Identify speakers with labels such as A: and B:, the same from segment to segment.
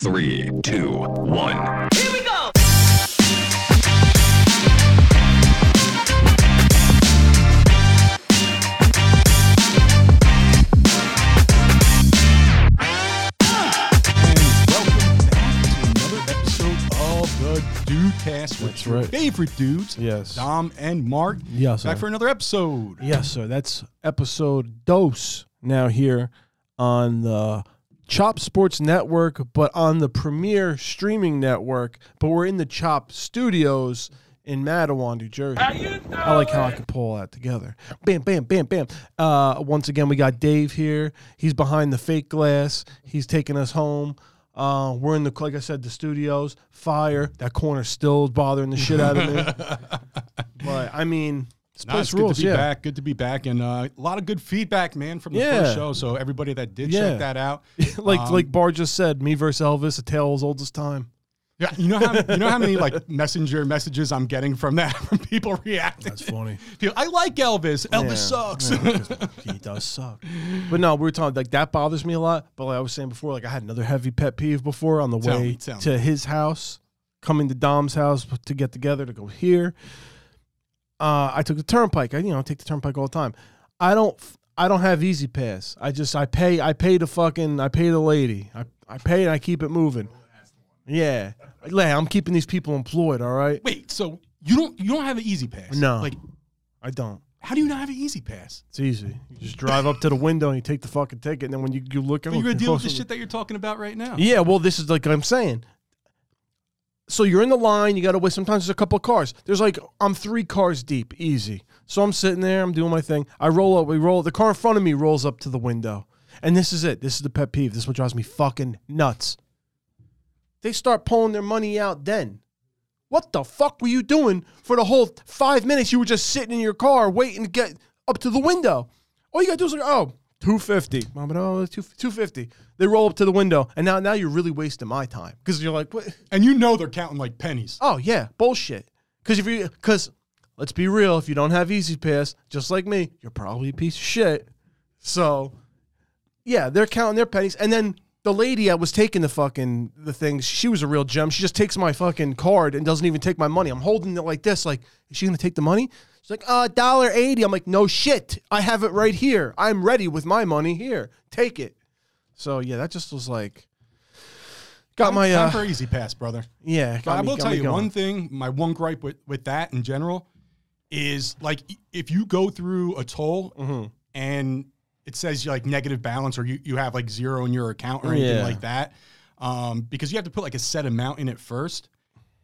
A: Three, two, one.
B: Here we go.
C: And welcome back to another episode of the Dudecast with
D: That's
C: your
D: right.
C: favorite dudes,
D: Yes.
C: Dom and Mark.
D: Yes,
C: back
D: sir.
C: for another episode.
D: Yes, sir. That's episode dose now here on the Chop Sports Network, but on the premier streaming network. But we're in the Chop Studios in Mattawan, New Jersey. I like
C: Oh,
D: how I can pull all that together. Bam, bam, bam, bam. Uh, once again, we got Dave here. He's behind the fake glass. He's taking us home. Uh, we're in the like I said, the studios. Fire. That corner's still bothering the shit out of me. but I mean, this
C: Nah, it's
D: place
C: good
D: rules.
C: to be
D: yeah.
C: back. Good to be back, and uh, a lot of good feedback, man, from the
D: Yeah.
C: first show. So everybody that did
D: Yeah.
C: check that out,
D: like
C: Um,
D: like Barr just said, me versus Elvis, a tale as old as time.
C: yeah, you know how you know how many like messenger messages I'm getting from that from people reacting.
D: funny.
C: People, I like Elvis. Elvis sucks.
D: he does suck. But no, we were talking like that bothers me a lot. But like I was saying before, like I had another heavy pet peeve before on the
C: Tell
D: way
C: me, tell
D: to his house, coming to Dom's house to get together to go here. Uh, I took the turnpike. I you know I take the turnpike all the time. I don't I don't have Easy Pass. I just I pay I pay the fucking I pay the lady. I I pay and I keep it moving. Yeah, Like, I'm keeping these people employed. All right.
C: Wait, so you don't you don't have an easy pass?
D: No.
C: Like,
D: I don't.
C: how do you not have an easy pass?
D: It's easy. You just drive up to the window and you take the fucking ticket, and then when you, you look,
C: But
D: oh,
C: you're gonna deal with the
D: close-
C: shit that you're talking about right now.
D: Yeah, well, this is like I'm saying. So you're in the line. You got to wait. Sometimes there's a couple of cars. There's like I'm three cars deep, easy. So I'm sitting there. I'm doing my thing. I roll up. We roll. The car in front of me rolls up to the window, and this is it. This is the pet peeve. This is what drives me fucking nuts. They start pulling their money out then. What the fuck were you doing for the whole five minutes? You were just sitting in your car waiting to get up to the window. All you gotta do is like, oh, 250. I'm like, oh, it's two- 250. They roll up to the window, and now now you're really wasting my time because you're like, what?
C: And you know they're counting like pennies.
D: oh yeah, bullshit. Because if you, because let's be real, if you don't have Easy Pass, just like me, you're probably a piece of shit. So, yeah, they're counting their pennies, and then the lady that was taking the fucking the things, she was a real gem. She just takes my fucking card and doesn't even take my money. I'm holding it like this, like is she gonna take the money? She's like, uh, dollar eighty. I'm like, no shit, I have it right here. I'm ready with my money here. Take it. So yeah, that just was like. Got my
C: Time
D: uh,
C: for easy pass, brother.
D: yeah. got
C: But I
D: me-
C: will
D: got
C: tell
D: me
C: you
D: going.
C: one thing. My one gripe with with that in general is like i- if you go through a toll
D: Mm-hmm.
C: and it says you like negative balance or you, you have like zero in your account or anything
D: Yeah.
C: like that, um, because you have to put like a set amount in it first,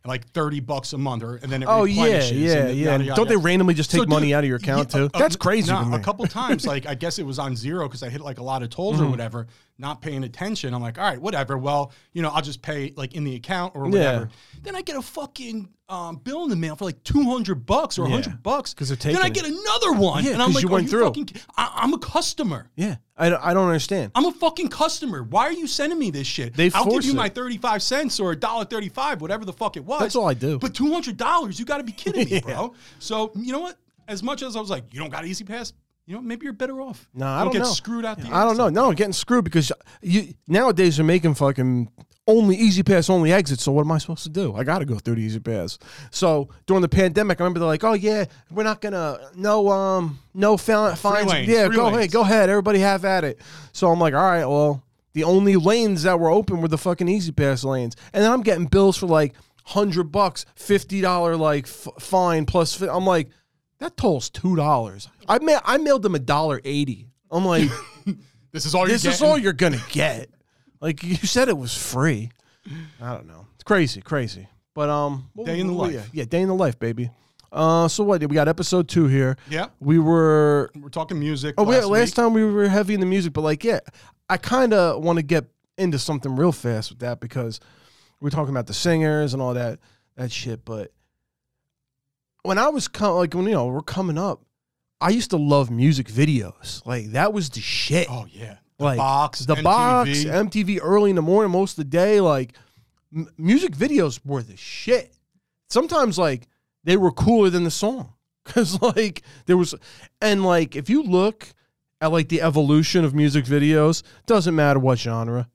C: like thirty bucks a month, or and then it
D: Oh yeah,
C: replenishes
D: yeah,
C: and
D: yeah.
C: yada,
D: And
C: yada,
D: Don't they
C: yada.
D: randomly just take
C: So,
D: money
C: dude,
D: out of your account
C: yeah,
D: too?
C: uh, uh,
D: That's crazy
C: nah,
D: to me.
C: A couple times, like I guess it was on zero because I hit like a lot of tolls
D: Mm-hmm.
C: or whatever, not paying attention. I'm like, all right, whatever. Well, you know, I'll just pay like in the account or whatever. Then I get a fucking um, bill in the mail for like 200 bucks or
D: Yeah,
C: 100 bucks
D: 'cause they're
C: Then I
D: taking
C: get another one,
D: Yeah,
C: and I'm
D: 'cause
C: like,
D: you
C: are
D: went
C: you
D: through.
C: fucking ki- I, I'm a customer.
D: yeah, I don't, I don't understand.
C: I'm a fucking customer. Why are you sending me this shit?
D: They
C: I'll give
D: force
C: you
D: it.
C: my 35 cents or $1.35, whatever the fuck it was.
D: That's all I do.
C: But $200, you got to be kidding me, bro. So, you know what? As much as I was like, you don't got Easy Pass, you know, maybe you're better off.
D: No,
C: You
D: I
C: don't
D: don't
C: get
D: know.
C: screwed out the
D: I don't know. No, I'm getting screwed because you nowadays they're making fucking only easy pass, only exits. So what am I supposed to do? I got to go through the easy pass. So during the pandemic, I remember they're like, "Oh yeah, we're not gonna no um no fi- fines.
C: lanes,
D: yeah,
C: free
D: go
C: lanes.
D: ahead, go ahead. Everybody have at it." So I'm like, "All right, well." The only lanes that were open were the fucking Easy Pass lanes, and then I'm getting bills for like hundred bucks, fifty dollar like f- fine plus. Fi- I'm like, that toll's two dollars. I ma- I mailed them a dollar eighty. I'm like,
C: This is all
D: this
C: you're
D: is all you're gonna get. Like you said, it was free. I don't know. It's crazy, crazy. But um, what-
C: Day in the
D: what-
C: life.
D: Yeah, day in the life, baby. Uh, so what? We got episode two here.
C: Yeah.
D: we were.
C: We're talking music.
D: Oh, wait, last
C: week.
D: time we were heavy in the music, but like, yeah, I kind of want to get into something real fast with that because we're talking about the singers and all that that shit. But when I was com- like, when you know we're coming up, I used to love music videos. Like that was the shit
C: Oh, yeah. The
D: like
C: box.
D: the
C: MTV.
D: box, MTV early in the morning, most of the day. Like m- music videos were the shit. Sometimes like they were cooler than the song because like there was, and like if you look at like the evolution of music videos, doesn't matter what genre.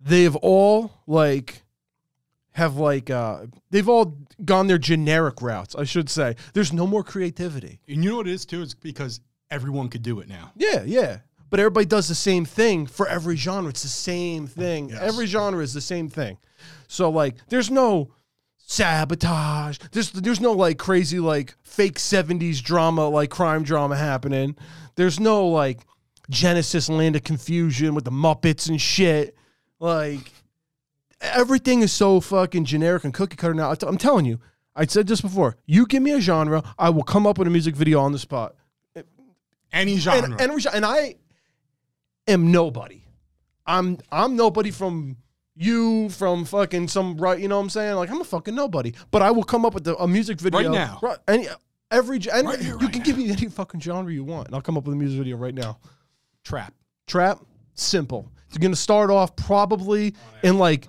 D: they've all like have like uh they've all gone their generic routes, I should say. There's no more creativity.
C: And you know what it is too? It's because everyone could do it now.
D: Yeah, yeah. But everybody does the same thing for every genre. It's the same thing. Every genre is the same thing. So like there's no sabotage. There's there's no like crazy like fake 70s drama like crime drama happening. There's no like Genesis Land of Confusion with the Muppets and shit. Like everything is so fucking generic and cookie cutter now. I t- I'm telling you, I said this before. You give me a genre, I will come up with a music video on the spot.
C: Any genre.
D: And and, we sh- and I am nobody. I'm I'm nobody from you from fucking some right. You know what I'm saying? Like I'm a fucking nobody. But I will come up with the, a music video
C: Right now.
D: Right, any, every ge- any,
C: Right here,
D: you
C: right
D: can give me any fucking genre you want, and I'll come up with a music video right now.
C: Trap.
D: Trap, simple. It's gonna start off probably in like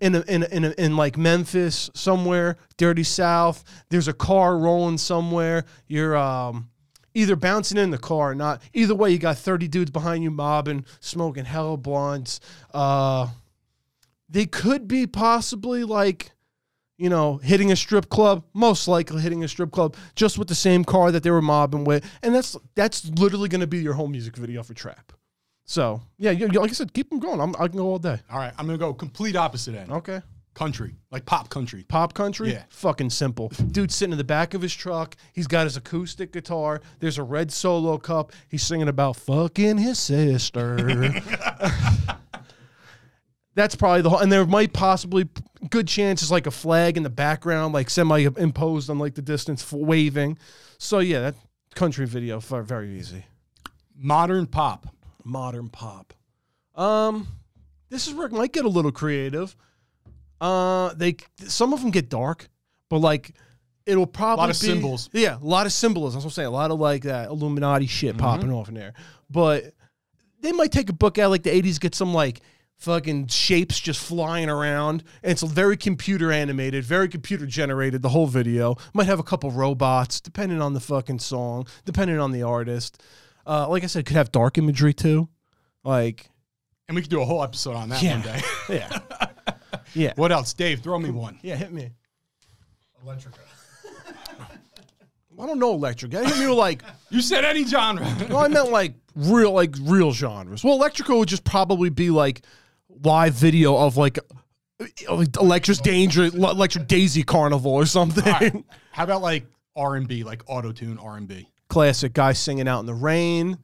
D: in a, in a, in, a, in like Memphis somewhere, dirty South. There's a car rolling somewhere. You're um either bouncing in the car or not. Either way, you got thirty dudes behind you mobbing, smoking hella blunts. Uh, they could be possibly like. You know, hitting a strip club, most likely hitting a strip club, just with the same car that they were mobbing with, and that's that's literally going to be your whole music video for trap. So yeah, you, you- like I said, keep them going. I'm, I can go all day.
C: All right, I'm gonna go complete opposite end.
D: Okay.
C: Country, like pop country.
D: Pop country,
C: Yeah.
D: fucking simple. Dude sitting in the back of his truck. He's got his acoustic guitar. There's a red solo cup. He's singing about fucking his sister. That's probably the whole. And there might possibly good chances like a flag in the background, like semi imposed on like the distance, f- waving. So yeah, that country video f- very easy.
C: Modern pop.
D: modern pop. Um, this is where it might get a little creative. Uh, they some of them get dark, but like it'll probably
C: of
D: be-
C: symbols.
D: Yeah, a lot of symbolism. That's what I'm saying. A lot of like that Illuminati shit
C: Mm-hmm.
D: popping off in there. But they might take a book out like the '80s, get some like fucking shapes just flying around, and it's very computer animated, very computer generated. The whole video might have a couple robots, depending on the fucking song, depending on the artist. Uh, like I said, could have dark imagery too. Like,
C: And we could do a whole episode on that
D: Yeah.
C: one day.
D: yeah, yeah,
C: what else? Dave, throw me one.
D: yeah. Hit me.
B: Electrica.
D: I don't know electric. I hit me with like.
C: You said any genre.
D: No, I meant like real, like real genres. Well, electrical would just probably be like live video of like electric danger, electric Daisy Carnival or something.
C: right. How about like R and B, like auto tune R and B?
D: Classic guy singing out in the rain.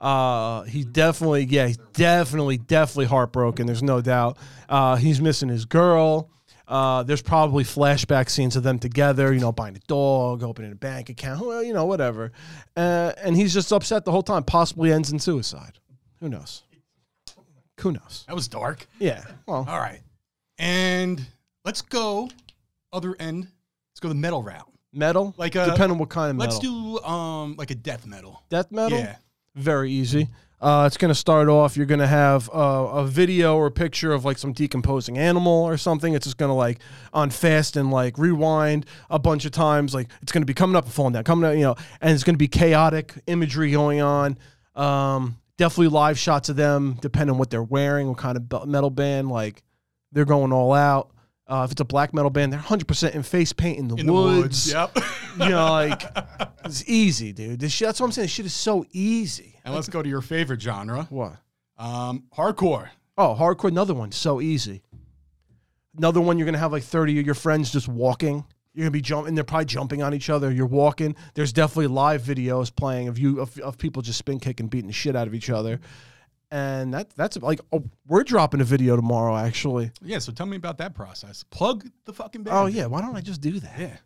D: Uh, he definitely, yeah, he's definitely, definitely heartbroken. There's no doubt. Uh, he's missing his girl. Uh, there's probably flashback scenes of them together, you know, buying a dog, opening a bank account, well, you know, whatever. Uh, and he's just upset the whole time, possibly ends in suicide. Who knows? Who knows?
C: That was dark.
D: Yeah. Well,
C: All right. And let's go other end. Let's go the metal route.
D: metal,
C: Like, uh,
D: depending on what kind of metal.
C: Let's do um like a death metal.
D: death metal.
C: Yeah.
D: Very easy. Uh, it's going to start off. You're going to have uh, a video or picture of like some decomposing animal or something. It's just going to like on fast and like rewind a bunch of times. Like it's going to be coming up and falling down, coming up, you know, and it's going to be chaotic imagery going on. Um, definitely live shots of them, depending on what they're wearing, what kind of be- metal band. Like they're going all out. Uh, if it's a black metal band, they're 100% in face paint in the
C: In
D: woods.
C: the woods. Yep.
D: You know, like it's easy, dude. This shit, that's what I'm saying. This shit is so easy.
C: and let's go to your favorite genre.
D: What?
C: Um hardcore.
D: Oh, hardcore. Another one. So easy. Another one. You're gonna have like 30 of your friends just walking. You're gonna be jumping. They're probably jumping on each other. You're walking. There's definitely live videos playing of you of, of people just spin kicking, beating the shit out of each other. And that that's like oh, we're dropping a video tomorrow actually.
C: Yeah, so tell me about that process. Plug the fucking band.
D: Oh yeah, why don't I just do that? Yeah.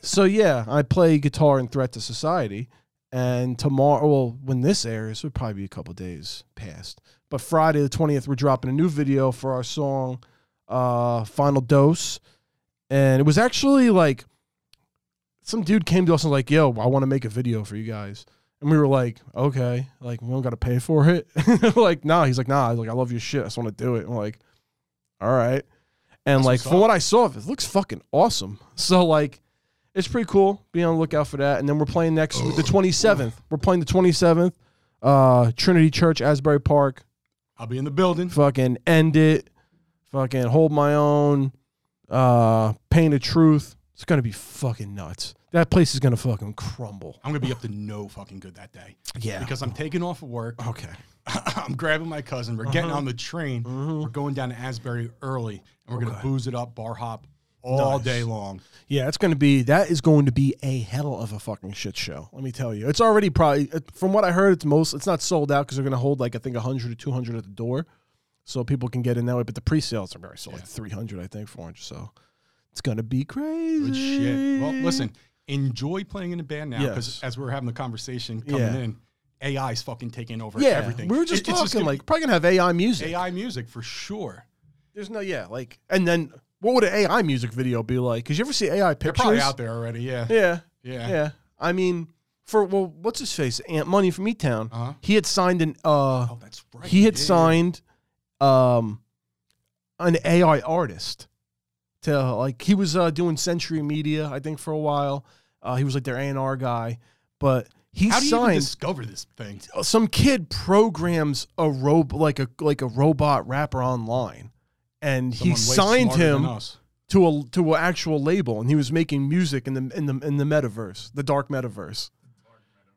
D: so yeah, I play guitar in Threat to Society, and tomorrow, well, when this airs, it'll probably be a couple days past. But Friday the twentieth, we're dropping a new video for our song, uh, "Final Dose," and it was actually like some dude came to us and was like, "Yo, I want to make a video for you guys." And we were like, okay, like we don't got to pay for it. like, nah. He's like, nah. He's like, I love your shit. I just want to do it. I'm like, all right. And like
C: what's
D: from
C: up.
D: what I saw, it looks fucking awesome. So like, it's pretty cool. Be on the lookout for that. And then we're playing next
C: Oh.
D: the 27th. We're playing the 27th. Uh, Trinity Church, Asbury Park.
C: I'll be in the building.
D: Fucking end it. fucking hold my own, uh, pain of truth. It's gonna be fucking nuts. That place is gonna fucking crumble.
C: I'm gonna be up to no fucking good that day
D: Yeah.
C: because I'm taking off of work.
D: okay.
C: I'm grabbing my cousin. We're getting
D: Uh-huh.
C: on the train.
D: Mm-hmm.
C: We're going down to Asbury early, and we're gonna booze it up, bar hop all
D: Nice.
C: day long.
D: Yeah, it's going to be that is going to be a hell of a fucking shit show. Let me tell you, it's already probably uh, from what I heard, it's most it's not sold out because they're going to hold like I think hundred or two hundred at the door, so people can get in that way. But the pre-sales are very sold, like three hundred, I think, four hundred. So it's going to be crazy.
C: Good shit. Well, listen, enjoy playing in a band now because
D: Yes.
C: as we're having the conversation coming
D: Yeah.
C: in, AI is fucking taking over
D: yeah,
C: everything.
D: We were just
C: It- it's
D: talking
C: gonna
D: like probably gonna have AI
C: be
D: music.
C: AI music for sure.
D: There's no yeah, like and then what would an AI music video be like? Because you ever see
C: They're
D: AI pictures?
C: probably out there already. Yeah.
D: Yeah,
C: Yeah.
D: yeah, I mean, for well, what's his face? Ant Money from E Town.
C: Uh-huh.
D: He had signed an uh,
C: Oh, that's right.
D: he had
C: Yeah, yeah,
D: signed um an AI artist to like he was uh, doing Century Media I think for a while. Uh, he was like their A&R guy, but he
C: yeah. How do you even
D: signed
C: discover this thing?
D: some kid programs a rob like a like a robot rapper online and
C: Someone way
D: he signed
C: smarter than
D: him
C: us.
D: to a to an actual label and he was making music in the in the in the metaverse, the dark metaverse.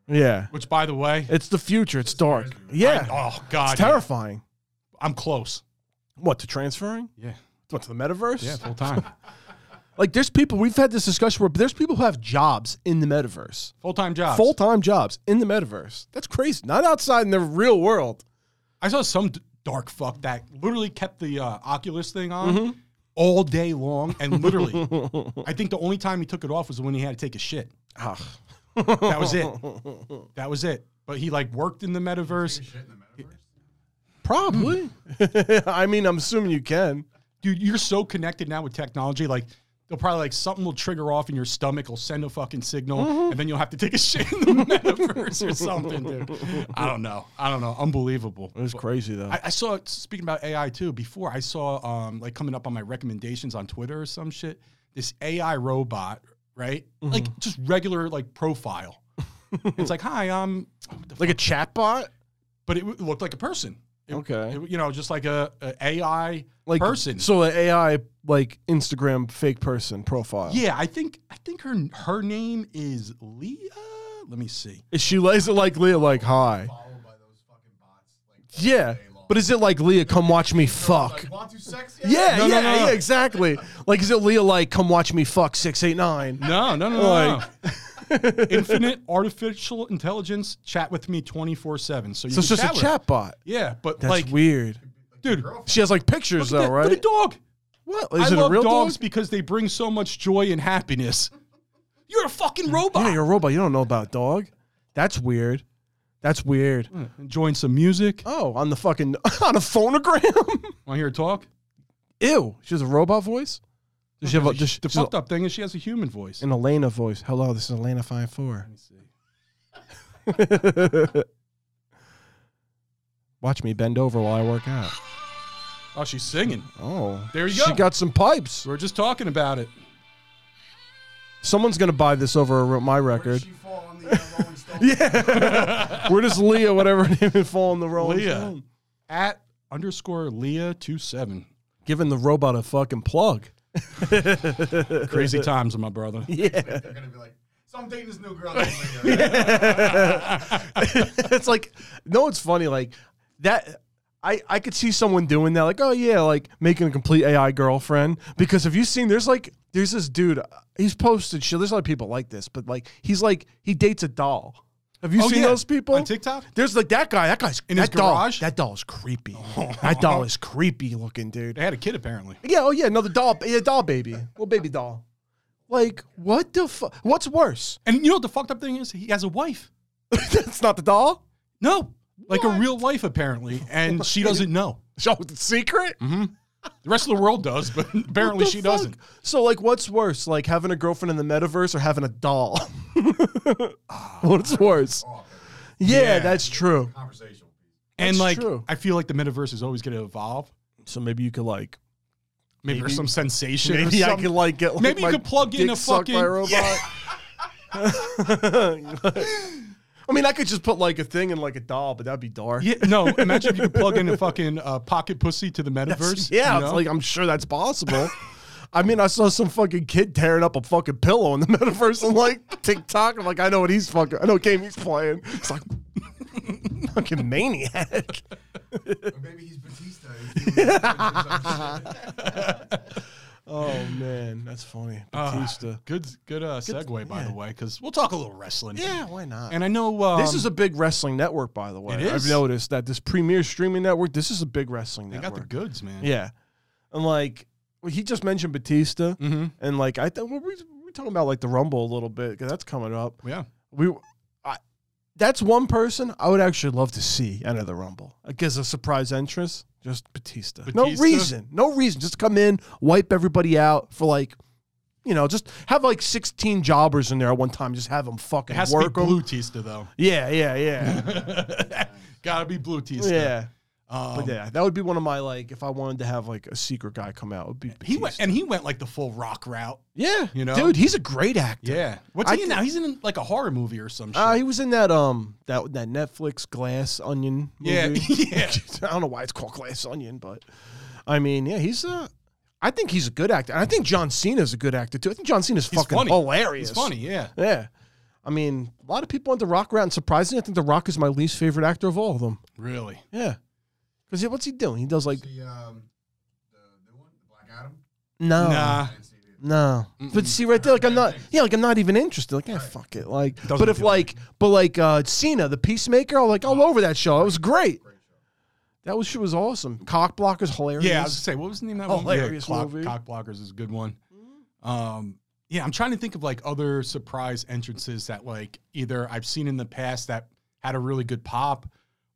D: Yeah.
C: Which, by the way,
D: It's the future. It's dark. Yeah.
C: oh god,
D: It's terrifying.
C: I'm close.
D: What to transferring?
C: Yeah.
D: What to the metaverse?
C: Yeah. Full time.
D: Like there's people we've had this discussion where there's people who have jobs in the metaverse,
C: full time job.
D: full time jobs in the metaverse. That's crazy. Not outside in the real world.
C: I saw some d- dark fuck that literally kept the uh, Oculus thing on all day long, and literally, I think the only time he took it off was when he had to take a shit.
D: Ah,
C: That was it. that was it. But he like worked in the metaverse,
D: probably. Hmm. I mean, I'm assuming you can.
C: dude. You're so connected now with technology, like. They'll probably like something will trigger off in your stomach, will send a fucking signal, and then you'll have to take a shit in the metaverse or something, dude. I don't know. I don't know. Unbelievable.
D: It was crazy though.
C: I, I saw speaking about AI too. Before I saw um, like coming up on my recommendations on Twitter or some shit. This AI robot, right?
D: Mm-hmm.
C: Like just regular like profile. it's like hi, I'm. what the
D: like a chatbot.
C: But it w- looked like a person. It-
D: Okay.
C: it- you know, just like a, a AI
D: Like
C: person.
D: So an AI like Instagram fake person profile.
C: yeah, I think I think her her name is Leah. Let me see.
D: Is she is it like Leah like hi? Yeah. But is it like Leah come watch me fuck?
B: Want to sex yet?
D: Yeah,
C: No, no,
D: yeah,
C: no, no.
D: yeah, exactly. Like is it Leah like come watch me fuck 689?
C: No, no, no, no, no. Infinite artificial intelligence chat with me twenty four seven. So you
D: So it's
C: can
D: just a
C: with her.
D: chatbot.
C: Yeah, but
D: That's
C: like,
D: weird.
C: dude,
D: She has like pictures though,
C: Yeah,
D: right?
C: But a dog.
D: what? Is
C: I
D: it
C: love
D: a real
C: dogs
D: dog?
C: because they bring so much joy and happiness. You're a fucking robot.
D: Yeah, you're a robot. You don't know about dog. That's weird. That's weird.
C: Enjoying some music.
D: Oh, on the fucking on a phonogram.
C: Want to hear her talk?
D: Ew. She has a robot voice? Does she have a does she,
C: the
D: she's a-
C: fucked up thing is she has a human voice.
D: an Elena voice? Hello, this is Elena Five Four. Watch me bend over while I work out.
C: Oh, she's singing.
D: Oh,
C: There you
D: She
C: go.
D: got some pipes.
C: We We're just talking about it.
D: Someone's gonna buy this over my
B: Did
D: record.
B: she fall on the uh, Rolling Stone?
D: Where does Leah, whatever her name, is, fall in the Rolling
C: Leah.
D: Stone?
C: At underscore Leah two seven.
D: Giving the robot a fucking plug.
C: Crazy times, my brother.
D: Yeah,
B: They're gonna be like, so I'm dating this new girl. named Leah."
D: it's like no, it's funny like that. I, I could see someone doing that, like, oh yeah, like making a complete AI girlfriend. Because have you seen there's like there's this dude, he's posted shit. There's a lot of people like this, but like he's like he dates a doll. Have you
C: Oh,
D: seen
C: yeah.
D: those people
C: On TikTok?
D: There's like that guy. That guy's
C: In
D: that
C: his
D: doll,
C: garage?
D: That doll is creepy. that doll is creepy looking, dude.
C: They had a kid apparently.
D: Yeah, oh yeah, no, the doll, yeah, doll baby, little baby doll. Like what the fuck? What's worse?
C: And you know what the fucked up thing is? He has a wife.
D: That's not the doll.
C: No, like a real wife apparently, and she doesn't know. Mm-hmm.
D: Oh, the secret.
C: The rest of the world does, but apparently
D: the
C: she
D: fuck?
C: doesn't.
D: So, like, what's worse, like having a girlfriend in the metaverse or having a doll? what's worse? Yeah, that's true.
B: Conversational.
C: And
D: That's
C: like,
D: true.
C: I feel like the metaverse is always going to evolve.
D: So maybe you could like,
C: Maybe, there's some sensation.
D: maybe
C: or
D: I
C: something.
D: could like get like,
C: Maybe you
D: my
C: could plug in
D: dick
C: a
D: sucked by
C: fucking-
D: robot. I mean, I could just put like a thing in like a doll, but that'd be dark.
C: Yeah, no. Imagine if you could plug in a fucking uh, pocket pussy to the metaverse.
D: That's- yeah,
C: you
D: it's
C: know?
D: like I'm sure that's possible. I mean, I saw some fucking kid tearing up a fucking pillow in the metaverse and like TikTok. I'm like, I know what he's fucking. I know what game he's playing. It's like fucking maniac.
B: Or maybe he's Batista. He's doing it.
D: Oh man, that's funny.
C: Ah.
D: Batista.
C: good, good uh, segue by the way, because we'll talk a little wrestling.
D: yeah, why not?
C: And I know um,
D: this is a big wrestling network, by the way.
C: It
D: I've
C: is.
D: noticed that this premier streaming network. This is a big wrestling
C: they
D: network.
C: got the goods, man.
D: Yeah, and like well, he just mentioned Batista,
C: Mm-hmm.
D: and like I thought well, we we're talking about like the Rumble a little bit because that's coming up.
C: Yeah.
D: we I, that's one person I would actually love to see enter the Rumble. It gives a surprise entrance, just Batista. No
C: Batista?
D: reason, no reason. Just come in, wipe everybody out for like, you know, just have like sixteen jobbers in there at one time. Just have them
C: It
D: fucking
C: has
D: work
C: to
D: 'em.
C: be blue Tista though.
D: Yeah, yeah, yeah,
C: Gotta be blue Tista.
D: yeah.
C: Um,
D: But yeah, that would be one of my like if I wanted to have like a secret guy come out. It would be Batista.
C: He went and he went like the full rock route.
D: yeah,
C: you know?
D: dude, he's a great actor.
C: Yeah. What's
D: I
C: he in now? He's in like a horror movie or some shit.
D: Uh, he was in that um that that Netflix Glass Onion
C: Yeah,
D: movie.
C: yeah.
D: I don't know why it's called Glass Onion, but I mean, yeah, he's uh I think he's a good actor. And I think John Cena's a good actor too. I think John Cena's
C: He's
D: fucking
C: funny.
D: hilarious.
C: He's funny. Yeah.
D: Yeah. I mean, a lot of people want The Rock around. Surprisingly, I think The Rock is my least favorite actor of all of them.
C: Really.
D: Yeah. Cause yeah, what's he doing? He does like
B: The, um, the new one, the Black Adam.
D: no,
C: Nah.
B: I didn't see it.
D: no. But see right there, like I'm not, yeah, like I'm not even interested. Like, yeah, fuck it. Like, but if
C: appeal to
D: like, but like uh Cena, the Peacemaker, I'm like all over that show. It was great. That was shit was awesome. Cock blocker's hilarious.
C: Yeah. I was gonna say, what was the name of that one?
D: Hilarious
C: yeah, Oh, Clock-
D: movie.
C: Cock Blockers is a good one.
D: Mm-hmm.
C: Um, yeah, I'm trying to think of like other surprise entrances that like either I've seen in the past that had a really good pop,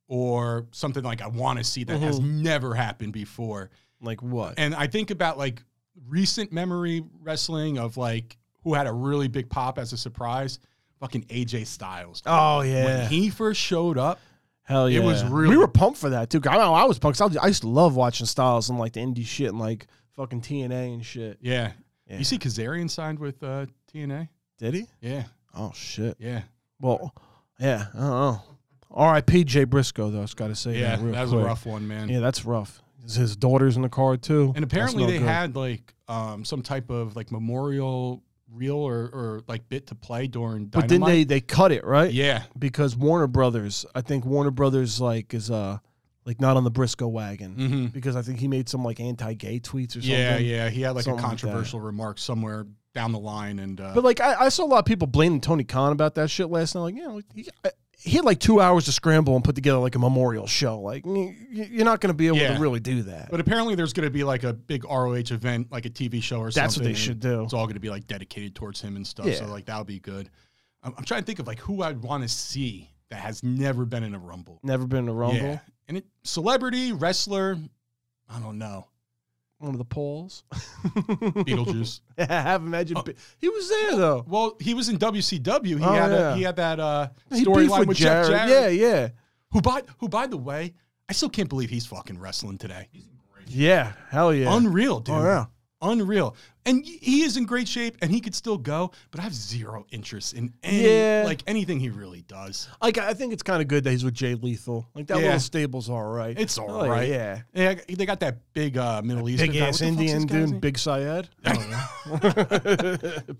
C: or something like I want to see that has never happened before.
D: like what?
C: and I think about like recent memory wrestling of like who had a really big pop as a surprise, fucking AJ Styles.
D: Oh
C: When
D: yeah,
C: he first showed up,
D: hell yeah!
C: it was really-
D: We were pumped for that too. 'cause I know I was pumped. 'cause I, was- I used to love watching Styles and like the indie shit and like fucking TNA and shit.
C: yeah.
D: Yeah.
C: You see Kazarian signed with uh, TNA?
D: Did he?
C: Yeah,
D: Oh shit!
C: yeah,
D: Well, yeah. I don't know. R.I.P. Jay Briscoe though. I just got to say
C: yeah.
D: that real
C: That was
D: quick.
C: a rough one, man.
D: Yeah, that's rough. His- His daughter's in the car too.
C: And
D: That's
C: apparently
D: no
C: they
D: good.
C: had like um, some type of like memorial reel or, or like bit to play during
D: But
C: Dynamite.
D: then they they cut it right
C: yeah,
D: because Warner Brothers. I think Warner Brothers like is uh like not on the Briscoe wagon
C: hmm
D: because I think he made some like anti-gay tweets or something.
C: yeah, yeah. He had like
D: Something
C: a
D: like that.
C: controversial remark somewhere down the line, and uh,
D: But like I, I saw a lot of people blaming Tony Khan about that shit last night. Like, you know, he, I- he had like two hours to scramble and put together like a memorial show. Like, y- y- you're not going to be able
C: Yeah.
D: to really do that.
C: But apparently, there's going to be like a big ROH event, like a TV show or something.
D: That's what they
C: and
D: should do.
C: It's all going to be like dedicated towards him and stuff. So
D: Yeah.
C: like that would be good. I'm, I'm trying to think of like who I'd want to see that has never been in a Rumble.
D: Never been to Rumble.
C: Yeah. And it celebrity wrestler. I don't know.
D: One of the polls.
C: Beetlejuice.
D: I have imagined.
C: Oh.
D: Be- he was there though.
C: well, he was in WCW. He
D: Oh,
C: had
D: yeah.
C: a, he had that uh,
D: He beefed
C: storyline with Jeff Jarrett.
D: Yeah, yeah,
C: Who by who by the way, I still can't believe he's fucking wrestling today.
D: yeah. Hell yeah.
C: Unreal, dude.
D: Oh, yeah.
C: Unreal. And y- he is in great shape and he could still go, but I have zero interest in any
D: Yeah.
C: like anything he really does.
D: like I think it's kind of good that he's with Jay Lethal. Like that
C: Yeah.
D: little stable's all right.
C: It's
D: all right.
C: all right.
D: Yeah.
C: Yeah, they got that big uh Middle Eastern
D: Big
C: guy. What
D: ass
C: the fuck's this
D: Indian
C: guy's
D: dude,
C: name? Oh,
D: Big Syed. I don't know.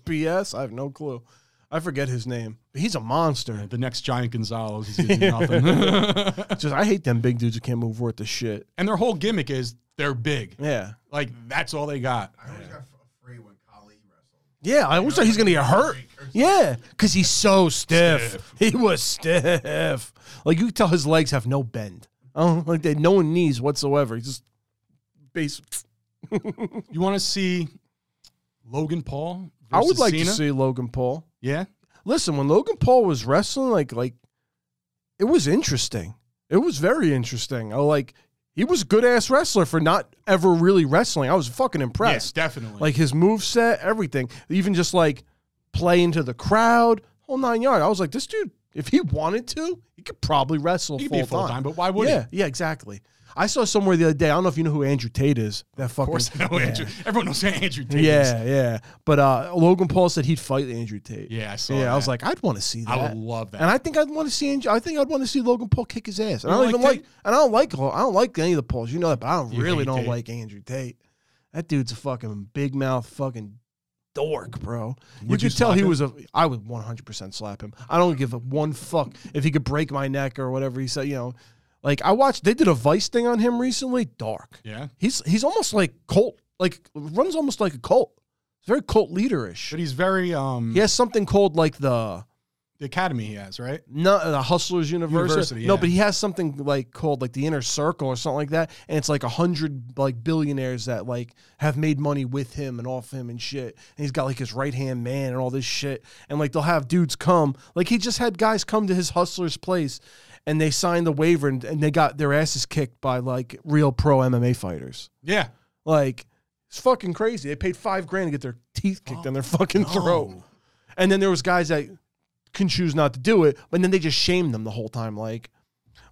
D: BS. I have no clue. I forget his name. But he's a monster.
C: The next giant Gonzalez is gonna do nothing.
D: Just I hate them big dudes who can't move worth the shit.
C: and their whole gimmick is they're big.
D: Yeah.
C: Like that's all they got.
B: I always got f- afraid when Kali wrestled.
D: Yeah, I always thought he's gonna get hurt. Yeah, because he's so stiff. He was stiff. Like you could tell his legs have no bend. Oh, like they no knees whatsoever. He's just base.
C: You wanna see Logan Paul?
D: I would
C: versus
D: like to
C: Cena?
D: see Logan Paul.
C: Yeah.
D: listen, when Logan Paul was wrestling, like like it was interesting. It was very interesting. I like he was a good ass wrestler for not ever really wrestling. I was fucking
C: Yes,
D: impressed.
C: definitely.
D: Like his move set, everything, even just like play into the crowd, whole nine yard. I was like, this dude If he wanted to, he could probably wrestle
C: He could
D: full
C: be full time, but why would
D: yeah, yeah, exactly. I saw somewhere the other day. I don't know if you know who Andrew Tate is. That fucking.
C: Of course, I know Andrew. Everyone knows Andrew Tate. is.
D: Yeah, yeah. But uh, Logan Paul said he'd fight Andrew Tate.
C: yeah, I saw.
D: yeah. I was
C: that.
D: like, I'd want to see that.
C: I would love that.
D: and I think I'd want to see. Andrew, I think I'd want to see Logan Paul kick his ass. And I
C: You
D: don't
C: like
D: even
C: Tate?
D: like. And I don't like. I don't like any of the Pauls. You know that. But I don't,
C: You
D: really
C: hate
D: don't
C: Tate.
D: like Andrew Tate. That dude's a fucking big mouth fucking dork, bro. you
C: Would you
D: could tell
C: slap
D: he
C: him?
D: was a. I would one hundred percent slap him. I don't give a one fuck if he could break my neck or whatever he said. You know, like I watched. They did a Vice thing on him recently. Dark.
C: yeah,
D: He's he's almost like cult. Like runs almost like a cult. Very cult leaderish.
C: but he's very um.
D: He has something called like the
C: the academy he has right.
D: not the Hustlers University.
C: University,
D: No,
C: yeah.
D: but he has something like called like the Inner Circle or something like that, and it's like a hundred like billionaires that like have made money with him and off him and shit. And he's got like his right hand man and all this shit, and like they'll have dudes come. Like he just had guys come to his Hustlers place, and they signed the waiver and, and they got their asses kicked by like real pro MMA fighters.
C: Yeah,
D: Like it's fucking crazy. They paid five grand to get their teeth kicked in their fucking throat.
C: No.
D: And then there was guys that can choose not to do it, but then they just shame them the whole time. Like,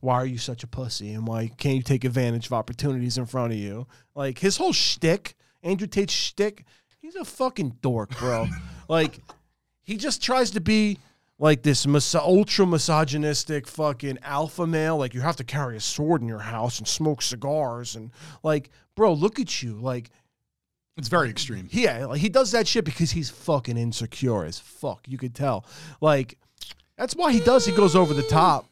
D: why are you such a pussy? And why can't you take advantage of opportunities in front of you? Like his whole shtick, Andrew Tate's shtick, he's a fucking dork, bro. like he just tries to be like this mis- ultra misogynistic fucking alpha male. Like you have to carry a sword in your house and smoke cigars and like, bro, look at you. Like
C: it's very extreme.
D: yeah, like he does that shit because he's fucking insecure as fuck. You could tell. Like that's why he does. He goes over the top.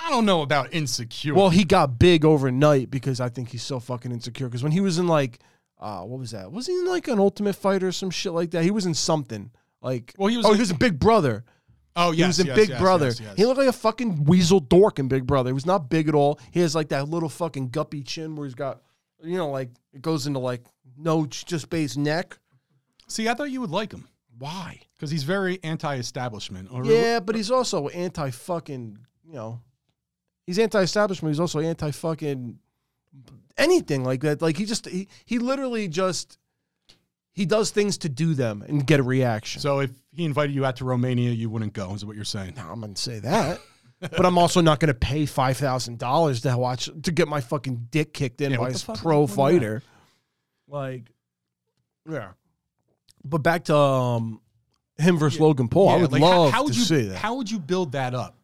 C: I don't know about insecure.
D: Well, he got big overnight because I think he's so fucking insecure. Because when he was in like, uh, what was that? Was he in like an Ultimate Fighter or some shit like that? He was in something like.
C: Well, he was
D: Oh,
C: in-
D: he was in Big Brother.
C: oh yes,
D: He was in
C: yes,
D: Big
C: yes,
D: Brother.
C: yes, yes.
D: He looked like a fucking weasel dork in Big Brother. He was not big at all. He has like that little fucking guppy chin where he's got, you know, like it goes into like no, just base neck.
C: See, I thought you would like him
D: Why?
C: because he's very anti-establishment. Oh, Or
D: Yeah, but he's also anti fucking, you know, he's anti establishment. He's also anti fucking anything like that. Like he just, he, he literally just, he does things to do them and get a reaction.
C: So if he invited you out to Romania, you wouldn't go. Is what you're saying?
D: No, I'm going to say that. but I'm also not going to pay $5,000 to watch, to get my fucking dick kicked in
C: Yeah,
D: by
C: what the
D: this
C: fuck
D: pro
C: is going on?
D: fighter. Like, yeah. But back to um, him versus Logan Paul. Oh, I
C: Yeah,
D: would
C: like,
D: love
C: would
D: to
C: you,
D: see that.
C: How would you build that up?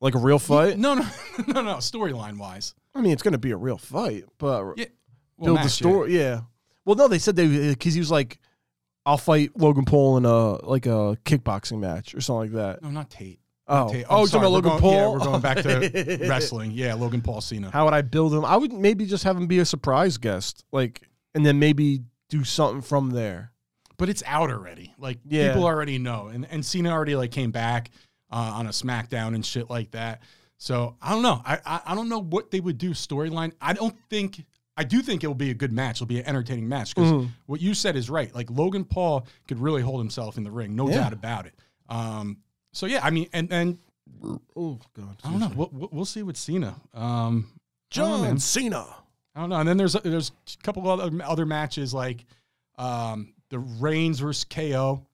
D: like a real fight?
C: No, no, no, no. Storyline wise,
D: I mean, it's going to be a real fight, but
C: Yeah,
D: build the
C: match,
D: story. Yeah. Well, no, they said they because he was like, "I'll fight Logan Paul in a like a kickboxing match or something like that."
C: yeah. No, not Tate. Tate.
D: Oh,
C: I'm
D: oh, you're talking
C: sorry,
D: about
C: we're
D: Logan
C: going,
D: Paul.
C: Yeah, we're going back to wrestling. Yeah, Logan Paul Cena.
D: How would I build him? I would maybe just have him be a surprise guest, like, and then maybe do something from there.
C: but it's out already. Like
D: Yeah.
C: people already know, and and Cena already like came back uh, on a SmackDown and shit like that. So I don't know. I I, I don't know what they would do storyline. I don't think. I do think it will be a good match. It'll be an entertaining match because
D: Mm-hmm.
C: what you said is right. Like Logan Paul could really hold himself in the ring, no
D: Yeah.
C: doubt about it. Um, so yeah, I mean, and and
D: Oh God,
C: I don't know. We'll- We'll, we'll see with Cena. Um, I don't know,
D: John
C: man.
D: Cena.
C: I don't know. And then there's there's a couple of other other matches like um, the Reigns versus KO.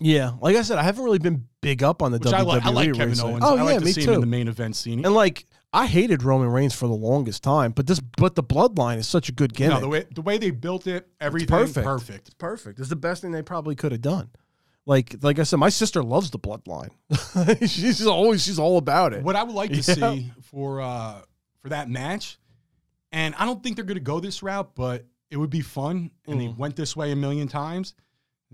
D: Yeah, like I said, I haven't really been big up on the
C: Which
D: WWE
C: I like. I like Kevin
D: recently.
C: Owens.
D: Oh
C: I
D: yeah,
C: like to
D: me
C: see
D: too.
C: him in the main event scene.
D: And like I hated Roman Reigns for the longest time, but this but the bloodline is such a good gimmick.
C: no, the way the way they built it, everything
D: perfect.
C: perfect.
D: perfect. It's the best thing they probably could have done. Like like I said, my sister loves the bloodline. she's always she's all about it.
C: What I would like to
D: Yeah.
C: see for uh for that match, and I don't think they're gonna go this route, but it would be fun. And
D: Mm.
C: they went this way a million times.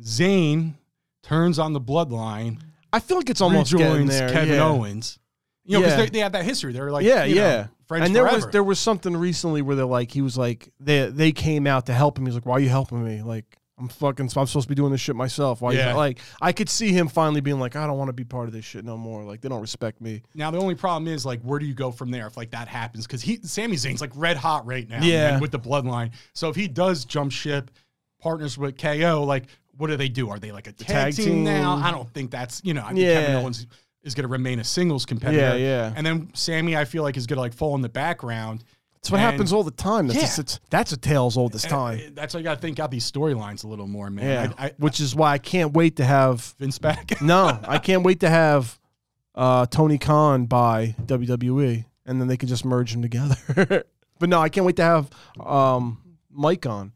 C: Zayn turns on the bloodline,
D: I feel like it's
C: almost
D: almost getting
C: rejoins
D: there.
C: Kevin
D: yeah.
C: Owens. You know, because
D: Yeah.
C: they, they have that history. They're like,
D: yeah,
C: you know,
D: yeah.
C: friends
D: and there
C: forever.
D: was there was something recently where they're like he was like they they came out to help him. He's like, why are you helping me? Like I'm fucking I'm supposed to be doing this shit myself. Why?
C: Yeah.
D: You, like I could see him finally being like, I don't want to be part of this shit no more. Like they don't respect me.
C: Now the only problem is like where do you go from there if like that happens? Because he Sami Zayn's like red hot right now,
D: Yeah.
C: man, with the bloodline. So if he does jump ship, partners with KO, like what do they do? Are they like a tag,
D: tag
C: team,
D: team.
C: now? I don't think that's you know, I think Kevin
D: Yeah.
C: Owens is gonna remain a singles competitor.
D: Yeah, yeah.
C: And then Sammy, I feel like, is gonna like fall in the background.
D: That's what
C: And-
D: happens all the time. That's
C: Yeah.
D: just- it's- that's a tale as old as time.
C: And that's why you gotta think out these storylines a little more, man.
D: yeah,
C: I, I,
D: which is why I can't wait to have
C: Vince back.
D: no, I can't wait to have uh, Tony Khan by WWE, E, and then they could just merge them together. but no, I can't wait to have um, Mike on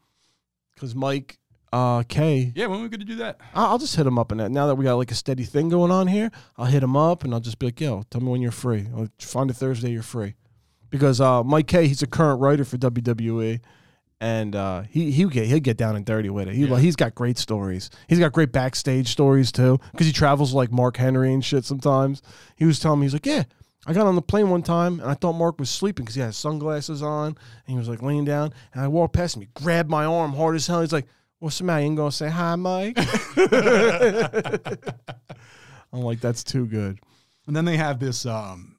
D: because Mike uh, K.
C: Yeah, when are we going to do that?
D: I- I'll just hit him up and that. Now that we got like a steady thing going on here, I'll hit him up and I'll just be like, "Yo, tell me when you're free. I'll find a Thursday you're free," because uh, Mike K. He's a current writer for E. WWE, and uh, he he get he'll get down and dirty with it. He like, he's got great stories. He's got great backstage stories too, because he travels like Mark Henry and shit. Sometimes he was telling me he's like, "Yeah." I got on the plane one time and I thought Mark was sleeping because he had sunglasses on and he was like laying down. And I walked past him, he grabbed my arm hard as hell. He's like, What's the matter? You ain't gonna say hi, Mike? I'm like, that's too good.
C: And then they have this um,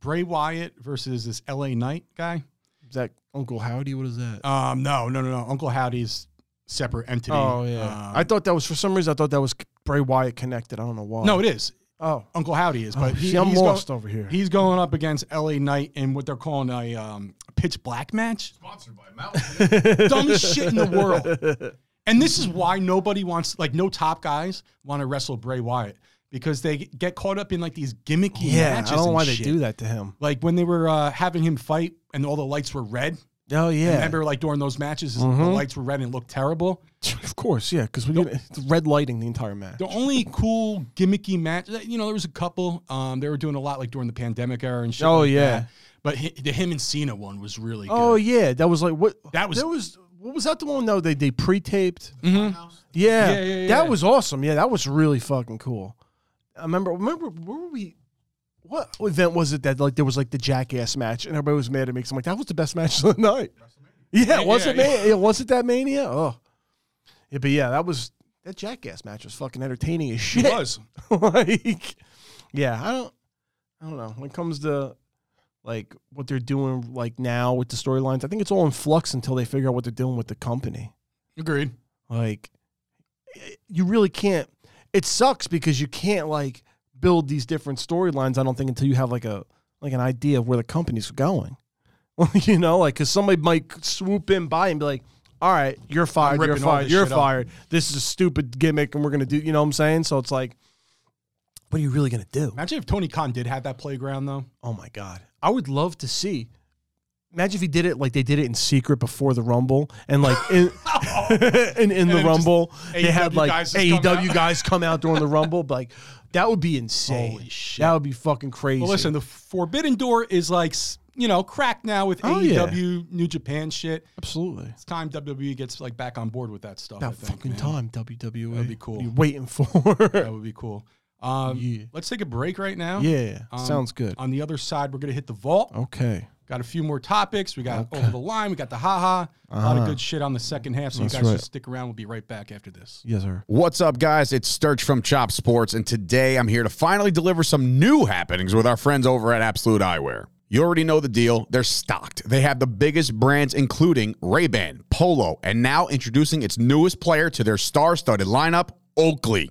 C: Bray Wyatt versus this L.A. Knight guy.
D: Is that Uncle Howdy? What is that?
C: Um, no, no, no, no. Uncle Howdy's separate entity. Um,
D: Oh, I thought that was for some reason. I thought that was Bray Wyatt connected. I don't know why.
C: no, it is.
D: oh,
C: Uncle Howdy is, but
D: Oh,
C: he-
D: see, I'm
C: he's go-
D: lost over here.
C: He's going up against L.A. Knight in what they're calling a um, pitch black match.
B: Sponsored by Mountain Dew.
C: dumbest shit in the world. And this is why nobody wants, like, no top guys want to wrestle Bray Wyatt because they get caught up in like these gimmicky
D: yeah.
C: matches.
D: I don't know
C: and
D: why
C: shit.
D: they do that to him.
C: Like when they were uh, having him fight and all the lights were red.
D: Oh yeah, Mm-hmm.
C: Remember, like during those matches, the lights were red and it looked terrible.
D: of course, yeah, because we didn't- it's red lighting the entire match.
C: The only cool gimmicky match, you know, there was a couple. Um, they were doing a lot like during the pandemic era and shit.
D: Oh,
C: like
D: yeah.
C: that. but hi- the him and Cena one was really
D: Oh
C: good.
D: yeah, that was like what?
C: That was- Mm-hmm.
D: that was what was that the one though? They they pre-taped.
B: Funhouse.
D: Yeah,
C: Yeah, yeah, yeah.
D: that was awesome. Yeah, that was really fucking cool. I remember. Remember where were we? What event was it that like there was like the jackass match and everybody was mad at me? Cause I'm like, that was the best match of the night. Yeah, was it
C: yeah.
D: man? Was it that mania? Oh, yeah, but yeah, that was that jackass match was fucking entertaining as shit.
C: It was.
D: like, yeah, I don't, I don't know. When it comes to like what they're doing like now with the storylines, I think it's all in flux until they figure out what they're doing with the company.
C: Agreed.
D: Like, eh, you really can't. It sucks because you can't like build these different storylines. I don't think until you have like a like an idea of where the company's going. you know, like because somebody might swoop in by and be like, "All right, you're fired. You're
C: ripping all
D: fired.
C: this
D: You're
C: shit up."
D: fired. This is a stupid gimmick, and we're gonna do." You know what I'm saying? So it's like, what are you really gonna do?
C: Imagine if Tony Khan did have that playground though.
D: Oh my god, I would love to see. Imagine if he did it like they did it in secret before the Rumble, and like in in, in the
C: then Oh. just
D: Rumble, they had
C: AEW
D: like
C: guys just come
D: AEW
C: out.
D: guys come out during the Rumble. but, Like that would be insane.
C: Holy shit.
D: That would be fucking crazy.
C: Well, listen, the Forbidden Door is like s- you know cracked now with
D: Oh, yeah.
C: AEW, New Japan shit.
D: absolutely.
C: It's time WWE gets like back on board with that stuff. I
D: About
C: think,
D: fucking
C: man.
D: time, WWE.
C: That'd be cool.
D: What are you waiting for?
C: That would be cool. Um,
D: Yeah.
C: Let's take a break right now.
D: yeah,
C: Um,
D: sounds good.
C: On the other side, we're gonna hit the vault.
D: Okay,
C: Got a few more topics. We got over the line. We got the haha. A lot of good shit on the second half. So
D: Uh-huh. That's
C: you guys
D: right.
C: just stick around. We'll be right back after this.
D: yes, sir.
E: What's up, guys? It's Sturch from Chop Sports, and today I'm here to finally deliver some new happenings with our friends over at Absolute Eyewear. You already know the deal. They're stocked. They have the biggest brands, including Ray-Ban, Polo, and now introducing its newest player to their star-studded lineup, Oakley.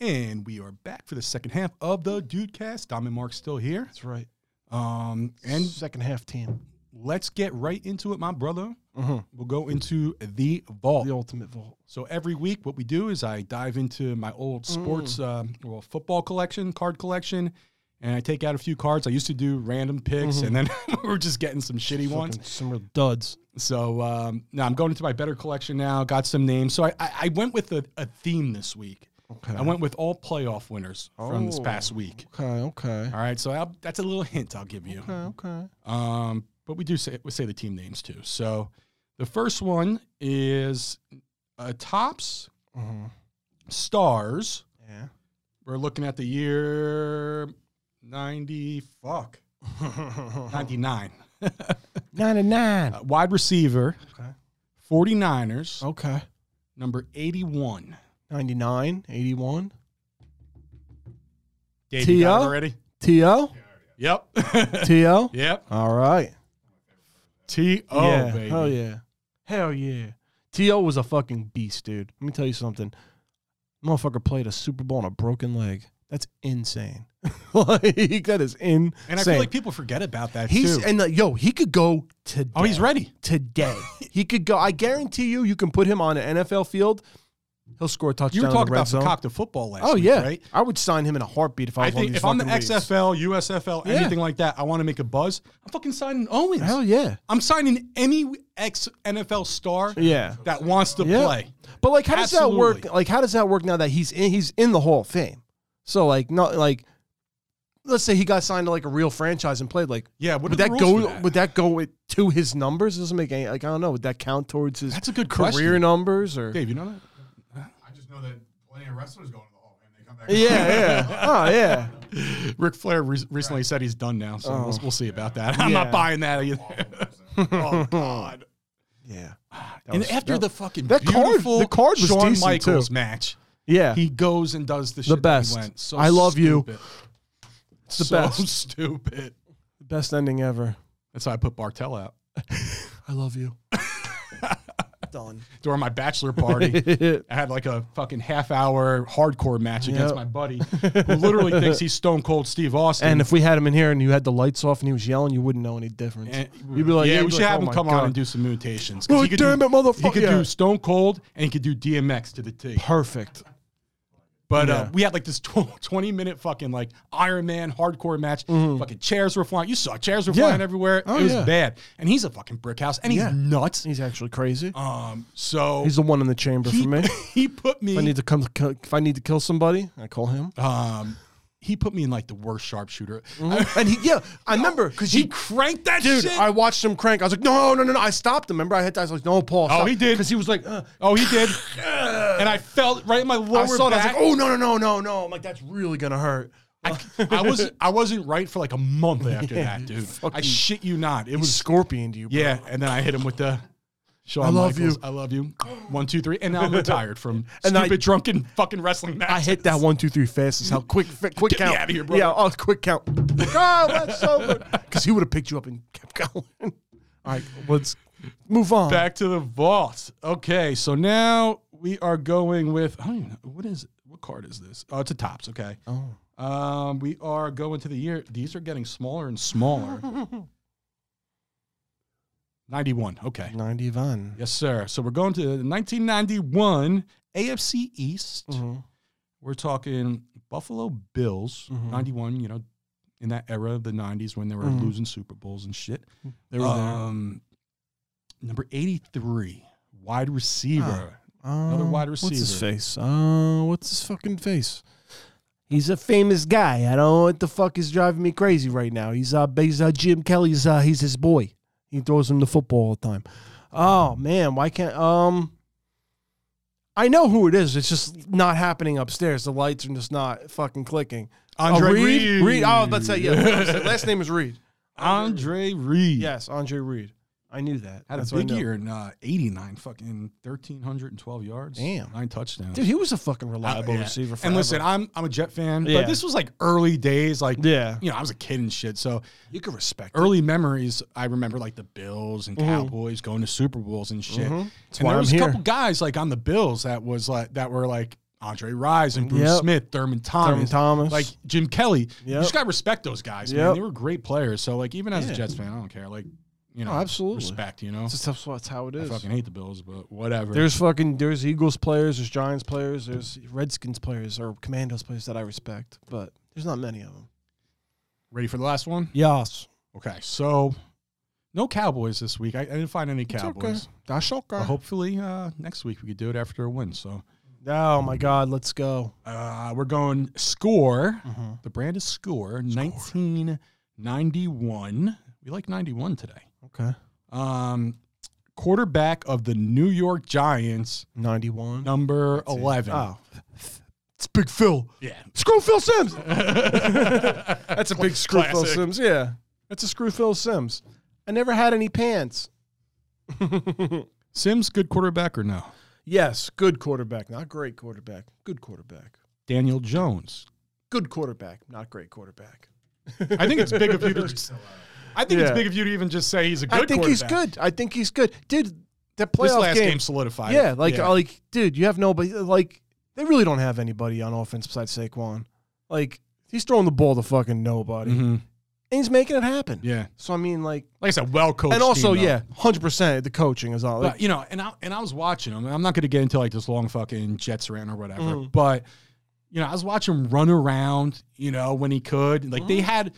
C: And we are back for the second half of the Dudecast. Dom and Mark's still here.
D: That's right.
C: Um,
D: And
C: and
D: second half team,
C: let's get right into it, my brother.
D: Mm-hmm.
C: We'll go into the vault.
D: the ultimate vault.
C: So every week, what we do is I dive into my old
D: Mm.
C: sports, um, well, football collection, card collection, and I take out a few cards. I used to do random picks, and then we are just getting some shitty ones.
D: Mm-hmm. Fucking Some real duds.
C: So um, now I'm going into my better collection now. Got some names. So I, I, I went with a, a theme this week.
D: Okay.
C: I went with all playoff winners from this
D: Oh.
C: past week.
D: Okay, okay,
C: All right, so I'll, that's a little hint I'll give you.
D: okay, okay.
C: Um, but we do say we say the team names too. So the first one is uh, tops
D: Mhm.
C: stars.
D: Yeah.
C: We're looking at the year ninety fuck
D: Uh-huh.
C: ninety nine.
D: Nine and nine.
C: Uh, wide receiver,
D: Okay.
C: 49ers,
D: Oh, Okay.
C: number eighty one.
D: 99, 81.
C: Dave, you got it
D: Tia?
C: already?
D: T.O.
C: Yep.
D: T.O.
C: yep.
D: All right.
C: T O
D: yeah.
C: baby.
D: Hell yeah. Oh, Hell yeah. T.O. was a fucking beast, dude. Let me tell you something. Motherfucker played a Super Bowl on a broken leg. That's insane. like, that is insane.
C: And I feel like people forget about that
D: He's
C: too.
D: and like, yo, he could go today.
C: oh, he's ready.
D: today. he could go. I guarantee you, you can put him on an NFL field. He'll score a touchdown.
C: You were
D: in
C: talking
D: the red
C: about
D: zone.
C: cock to football last
D: Oh
C: week,
D: yeah,
C: right?
D: I would sign him in a heartbeat if I
C: I
D: was one of
C: think
D: these
C: if I'm the
D: fucking leagues.
C: XFL, USFL,
D: Yeah.
C: anything like that, I want to make a buzz. I'm fucking signing Owens.
D: Hell yeah,
C: I'm signing any ex NFL star
D: yeah.
C: that wants to
D: Yeah.
C: play.
D: But like, how does that
C: Absolutely.
D: work? Like, how does that work now that he's in? He's in the Hall of Fame. So like, not like, let's say he got signed to like a real franchise and played. Like,
C: Yeah, what are
D: would
C: the
D: that
C: rules
D: go?
C: for that?
D: Would that go with, to his numbers? It doesn't make any. Like, I don't know. Would that count towards his
C: That's a good
D: career
C: question.
D: numbers or?
C: Dave, you know that?
B: I just know that plenty of wrestlers go to the Hall of Fame. They come back.
D: Yeah, yeah. oh yeah.
C: Ric Flair re- recently said he's done now, so we'll, we'll see about that. I'm
D: Oh. Yeah.
C: not buying that either. oh God!
D: Yeah.
C: and
D: was-
C: after
D: that-
C: the fucking
D: that card-
C: beautiful
D: the card was
C: Shawn
D: decent,
C: Michaels
D: too.
C: match,
D: Yeah.
C: he goes and does the, shit
D: The
C: that he
D: best.
C: went. So
D: I love you.
C: stupid.
D: it's the
C: so
D: best.
C: stupid.
D: Best ending ever.
C: That's how I put Bartell out
D: I love you. Done.
C: during my bachelor party. I had like a fucking half hour hardcore match
D: Yep.
C: against my buddy who literally thinks he's Stone Cold Steve Austin.
D: and if we had him in here and you had the lights off and he was yelling, you wouldn't know any difference.
C: And-
D: You'd be like,
C: yeah,
D: you'd
C: we
D: be
C: should
D: like,
C: have
D: "Oh
C: him
D: my
C: come on
D: God."
C: and do some mutations. 'cause
D: Oh,
C: could
D: damn
C: do,
D: it, motherfucker.
C: He could
D: Yeah.
C: do Stone Cold and he could do DMX to the T.
D: Perfect.
C: But
D: Yeah.
C: uh, we had like this tw- 20 minute fucking like Iron Man hardcore match. Fucking chairs were flying. You saw chairs were
D: Mm-hmm. Yeah.
C: flying everywhere.
D: Oh,
C: it was
D: yeah.
C: bad. And he's a fucking brick house and he's
D: Yeah.
C: nuts.
D: He's actually crazy.
C: Um, so
D: He's the one in the chamber
C: he,
D: for me. If
C: he put
D: I
C: me
D: need to come, if I need to kill somebody, I call him.
C: um, he put me in like the worst sharpshooter.
D: and he, yeah, Mm-hmm. I remember because
C: He
D: he,
C: cranked that
D: dude,
C: shit.
D: I watched him crank. I was like, no, no, no, no. I stopped him. Remember, I had, I was like, no, Paul.
C: oh, he did.
D: because he was like, uh,
C: Oh, he did. and I felt right in my lower
D: I saw it. I was
C: back.
D: like, oh no, no, no, no, no. I'm like, that's really gonna hurt.
C: I, I wasn't I wasn't right for like a month after
D: Yeah,
C: that,
D: you
C: dude. I
D: fucking-
C: shit you not. It
D: It was
C: was
D: scorpion to you. Bro.
C: yeah, and then I hit him with the Shawn
D: I love
C: Michaels,
D: you.
C: I love you. One, two, three, and now I'm retired from
D: And I-
C: stupid drunken fucking wrestling matches.
D: I hit that one, two, three fast as hell. Quick, fi- quick
C: Get me
D: count.
C: outta here,
D: Yeah,
C: brother.
D: oh, quick count. Like, oh, that's so good. Because he would have picked you up and kept going. All right, let's move on.
C: back to the vault. Okay, so now we are going with I don't even know what is what card is this? Oh, it's a tops. Okay.
D: Oh.
C: Um, we are going to the year. These are getting smaller and smaller. Ninety-one. Okay.
D: 91.
C: Yes, sir. So we're going to 1991 AFC East.
D: Mhm.
C: We're talking Buffalo Bills,
D: Mhm.
C: 91, you know, in that era of the 90s when they were
D: Mhm.
C: losing Super Bowls and shit.
D: They were
C: um, Number 83, wide receiver.
D: there. Um,
C: another wide
D: What's his
C: receiver.
D: face? Uh, what's his fucking face? He's a famous guy. I don't know what the fuck is driving me crazy right now. He's uh, he's uh, Jim Kelly's. Uh, he's his boy. He throws him the football all the time. Oh man, why can't um? I know who it is. It's just not happening upstairs. The lights are just not fucking clicking. Oh,
C: Andre
D: Reed.
C: Reed.
D: Reed. Oh, let's say yeah. Last name is Reed. Ah.
C: Andre Reed.
D: Yes, Andre Reed. I knew that.
C: Had
D: That's
C: a
D: what I
C: big
D: knew.
C: year in uh, 89, fucking 1,312 yards.
D: Damn.
C: Nine touchdowns.
D: Dude, he was a fucking reliable
C: Uh, yeah.
D: receiver. Forever.
C: And listen, I'm I'm a Jet fan,
D: Yeah.
C: but this was like early days, like
D: Yeah.
C: you know, I was a kid and shit. So
D: you can respect. Mm-hmm.
C: early memories, I remember like the Bills and Cowboys going to Super Bowls and shit.
D: Mhm.
C: And there
D: why I'm
C: was
D: here.
C: a couple guys like on the Bills that was like that were like Andre Rise and Bruce
D: Yep.
C: Smith, Thurman Thomas,
D: Thomas.
C: like Jim Kelly.
D: Yep.
C: You just gotta respect those guys,
D: Yep.
C: man. They were great players. So like even as
D: Yeah.
C: a Jets fan, I don't care. Like you know,
D: Oh, absolutely.
C: respect. You know,
D: It's just- that's how it
C: I
D: is.
C: fucking hate the Bills, but whatever.
D: There's fucking there's Eagles players, there's Giants players, there's Redskins players or Commandos players that I respect, but there's not many of them.
C: Ready for the last one?
D: Yes,
C: Okay, so no Cowboys this week. I, I didn't find any Cowboys.
D: That's
C: But
D: okay.
C: hopefully uh, next week we could do it after a win. So
D: Oh my God, let's go.
C: uh, we're going score.
D: Mhm.
C: The brand is score, 1991. We like 91 today.
D: Okay,
C: Um, quarterback of the New York Giants,
D: ninety-one.
C: number 11.
D: Oh, it's Big Phil.
C: Yeah.
D: Screw Phil Sims. That's a big screw Phil
C: Classic.
D: Sims. Yeah, that's a screw Phil Sims. I never had any pants.
C: Sims, good quarterback or no?
D: Yes, good quarterback, not great quarterback. Good quarterback.
C: Daniel Jones.
D: Good quarterback, not great quarterback.
C: I think it's big of you to.
B: So, uh,
C: I think it's
D: Yeah.
C: big of you to even just say he's a good.
D: I think he's
C: quarterback.
D: good. I think he's good, dude. That playoff
C: This last game,
D: game
C: solidified.
D: Yeah,
C: it.
D: like uh, like dude, you have nobody like they really don't have anybody on offense besides Saquon. Like he's throwing the ball to fucking nobody. And
C: Mhm.
D: he's making it happen.
C: yeah.
D: So I mean like
C: Like I said, well coached.
D: and also
C: team, though.
D: yeah, 100% the coaching is all. Like,
C: But you know, and I and I was watching him. and I'm not going to get into like this long fucking Jets rant or whatever,
D: Mm.
C: but you know, I was watching him run around. You know, when he could, like they had,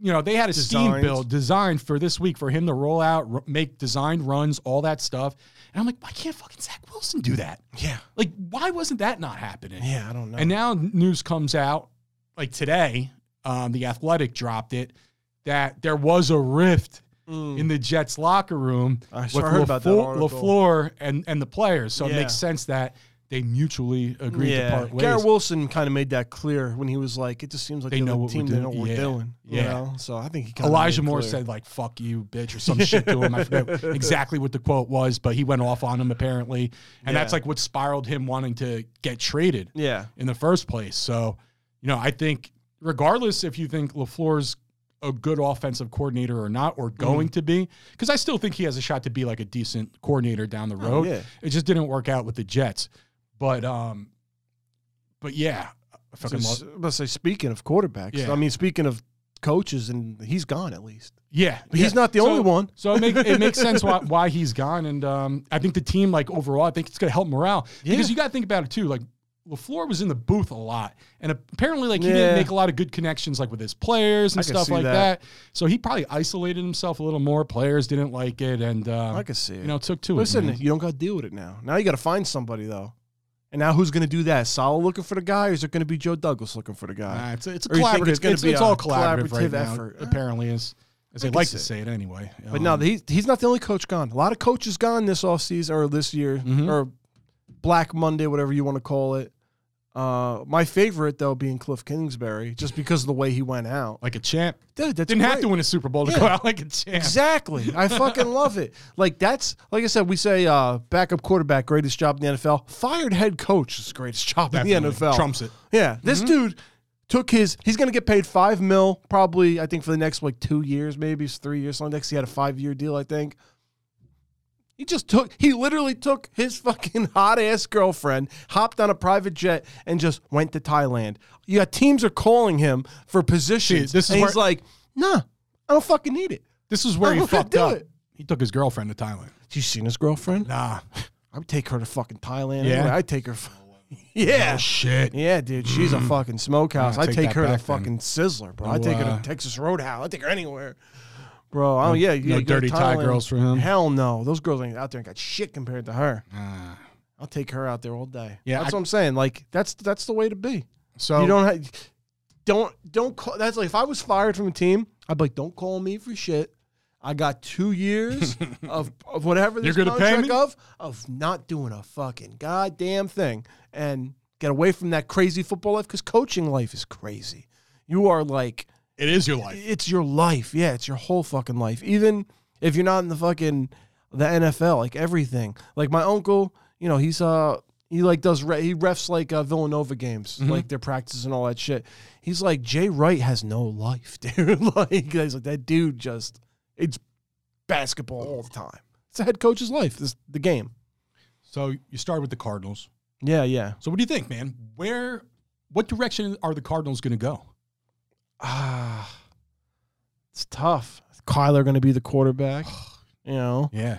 C: you know, they had a scheme
D: Mm. Designs.
C: build designed for this week for him to roll out, r- make designed runs, all that stuff. And I'm like, why can't fucking Zach Wilson do that?
D: yeah.
C: Like, why wasn't that not happening?
D: Yeah, I don't know.
C: And now news comes out, like today, um, the Athletic dropped it that there was a rift
D: Mm.
C: in the Jets locker room
D: I sure heard about that article.
C: Lafleur and and the players. So it
D: Yeah.
C: makes sense that they mutually agreed to
D: yeah,
C: part ways.
D: Garrett Wilson kind of made that clear when he was like, "It just seems like
C: They
D: the
C: know
D: other
C: what
D: team
C: we're
D: they
C: doing.
D: know what
C: Yeah.
D: we're doing." You
C: Yeah.
D: know? so I think he kinda
C: Elijah
D: made it
C: Moore
D: clear.
C: said like "fuck you, bitch" or some shit to him. I forget exactly what the quote was, but he went off on him apparently, and
D: Yeah.
C: that's like what spiraled him wanting to get traded.
D: "Yeah,
C: in the first place. So, you know, I think regardless if you think LaFleur's a good offensive coordinator or not,
D: Mm-hmm.
C: or going to be, because I still think he has a shot to be like a decent coordinator down the road.
D: Oh, yeah.
C: It just didn't work out with the Jets. But um but yeah. I
D: So,
C: fucking
D: s-
C: love,
D: but say speaking of quarterbacks,
C: Yeah.
D: I mean speaking of coaches, and he's gone at least.
C: yeah.
D: But he's
C: yeah.
D: not the
C: So-
D: only one.
C: So it, make, it makes sense why, why he's gone. And um, I think the team, like overall, I think it's going to help morale because
D: Yeah.
C: you got to think about it too. Like Lafleur was in the booth a lot, and apparently, like he
D: Yeah.
C: didn't make a lot of good connections, like with his players and
D: I can
C: stuff
D: see
C: like that.
D: that.
C: So he probably isolated himself a little more. Players didn't like it, and um,
D: I can see it.
C: you know took to
D: Listen,
C: it. man.
D: you don't got to deal with it now. Now you got to find somebody though. And now who's going to do that? Salah looking for the guy, or is it going to be Joe Douglas looking for the guy?
C: Nah, it's, it's a
D: Or you think
C: collaborative.
D: it's
C: It's,
D: gonna
C: it's,
D: be a
C: all collaborative, right
D: collaborative
C: now,
D: effort?
C: Apparently, is as
D: I
C: they
D: can
C: like
D: see
C: to
D: it.
C: say it anyway. Um,
D: But no, he's he's not the only coach gone. A lot of coaches gone this offseason or this year
C: Mhm.
D: or Black Monday, whatever you want to call it. Uh, my favorite though being Cliff Kingsbury, just because of the way he went out.
C: like a champ.
D: Dude, that's
C: Didn't have
D: great.
C: to win a Super Bowl to
D: Yeah.
C: go out like a champ.
D: Exactly. I fucking love it. Like that's like I said, we say uh, backup quarterback, greatest job in the NFL. Fired head coach is the greatest job in the
C: Definitely.
D: NFL.
C: trumps Mm-hmm. it.
D: Yeah. This dude took his he's gonna get paid five mil probably, I think, for the next like two years, maybe it's three years. So next he had a five year deal, I think. He just took he literally took his fucking hot ass girlfriend, hopped on a private jet, and just went to Thailand. Yeah, teams are calling him for positions.
C: this is
D: and
C: where-
D: he's like, nah, I don't fucking need it.
C: This is where
D: I'm
C: he
D: gonna
C: fucked
D: do
C: up.
D: it.
C: He took his girlfriend to Thailand.
D: You seen his girlfriend?
C: Nah.
D: I would take her to fucking Thailand.
C: Yeah.
D: Yeah, I take her. f- Yeah,
C: Shit.
D: yeah, dude. She's a fucking smokehouse.
C: Mm-hmm. Nah,
D: I
C: take
D: take
C: that
D: her to
C: back then.
D: fucking Sizzler, bro. I
C: No,
D: take her
C: uh,
D: to Texas Roadhouse. I take her anywhere, bro. Oh yeah, you
C: no
D: gotta go to
C: dirty Thai
D: Thailand.
C: girls for him?
D: Hell no, those girls ain't out there and got shit compared to her. I'll take her out there all day.
C: Yeah,
D: that's
C: I-
D: what I'm saying. Like that's that's the way to be.
C: So
D: You don't have, don't don't call. That's like if I was fired from a team, I'd be like, don't call me for shit. I got two years of, of whatever
C: You're
D: this
C: gonna pay
D: contract
C: me?
D: of of not doing a fucking goddamn thing and get away from that crazy football life because coaching life is crazy. You are like
C: it is your life.
D: it's your life. Yeah, it's your whole fucking life. Even if you're not in the fucking the NFL, like everything. Like my uncle, you know, he's uh he like does re- he refs like uh, Villanova games,
C: Mm-hmm.
D: like their practice and all that shit. He's like Jay Wright has no life, dude. like he's like that dude just it's basketball all the time. It's the head coach's life. This the game.
C: So you started with the Cardinals.
D: Yeah, yeah.
C: So what do you think, man? Where, what direction are the Cardinals going to go?
D: Ah, it's tough. Kyler going to be the quarterback. You know,
C: Yeah,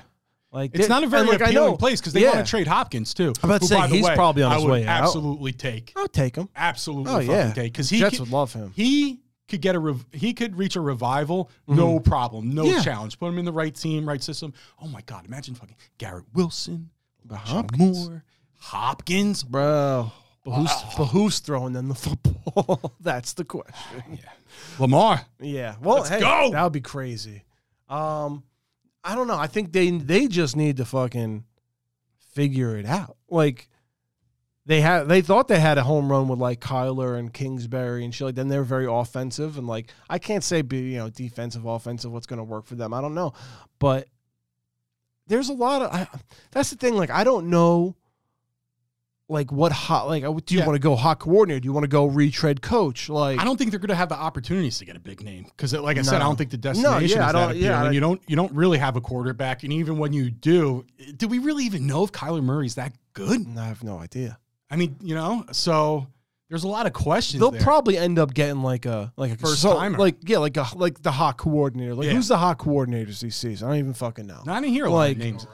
D: like
C: it's
D: they-
C: not a very
D: and, like, I
C: appealing
D: know-
C: place because they
D: yeah.
C: want to trade Hopkins too.
D: I'm about to
C: who,
D: say,
C: by the
D: he's
C: way,
D: probably on
C: I
D: his
C: would
D: way out.
C: Absolutely take,
D: I'll take him.
C: absolutely
D: Oh,
C: fucking
D: yeah.
C: take because he
D: Jets
C: could,
D: would love him.
C: he could get a rev- he could reach a revival, no problem, no
D: Mm-hmm. Yeah.
C: challenge. Put him in the right team, right system. Oh my God, imagine fucking Garrett Wilson, Hopkins. Moore, Hopkins.
D: Bro. But who's, but who's throwing them the football? That's the question.
C: Lamar.
D: Yeah. Well, hey,
C: go.
D: that would be crazy. Um, I don't know. I think they they just need to fucking figure it out. Like they had they thought they had a home run with like Kyler and Kingsbury and shit like then they're very offensive and like I can't say be you know defensive offensive what's going to work for them. I don't know. But there's a lot of I, that's the thing like I don't know like what hot like do you
C: Yeah.
D: want to go hot coordinator? Do you want to go retread coach? Like
C: I don't think they're going to have the opportunities to get a big name because, like I said, I
D: No.
C: don't think the
D: No,
C: destination
D: yeah,
C: is
D: I
C: that
D: don't-
C: appealing.
D: yeah, I-
C: you don't you don't really have a quarterback, and even when you do, do we really even know if Kyler Murray's that good?
D: I have no idea.
C: I mean, you know, so there's a lot of questions.
D: They'll
C: there.
D: probably end up getting like a like a
C: First
D: so-
C: timer.
D: Like yeah, like a like the hot coordinator. Like
C: Yeah.
D: who's the hot coordinators these seasons? I don't even fucking know.
C: not in here. A lot of
D: like-
C: names.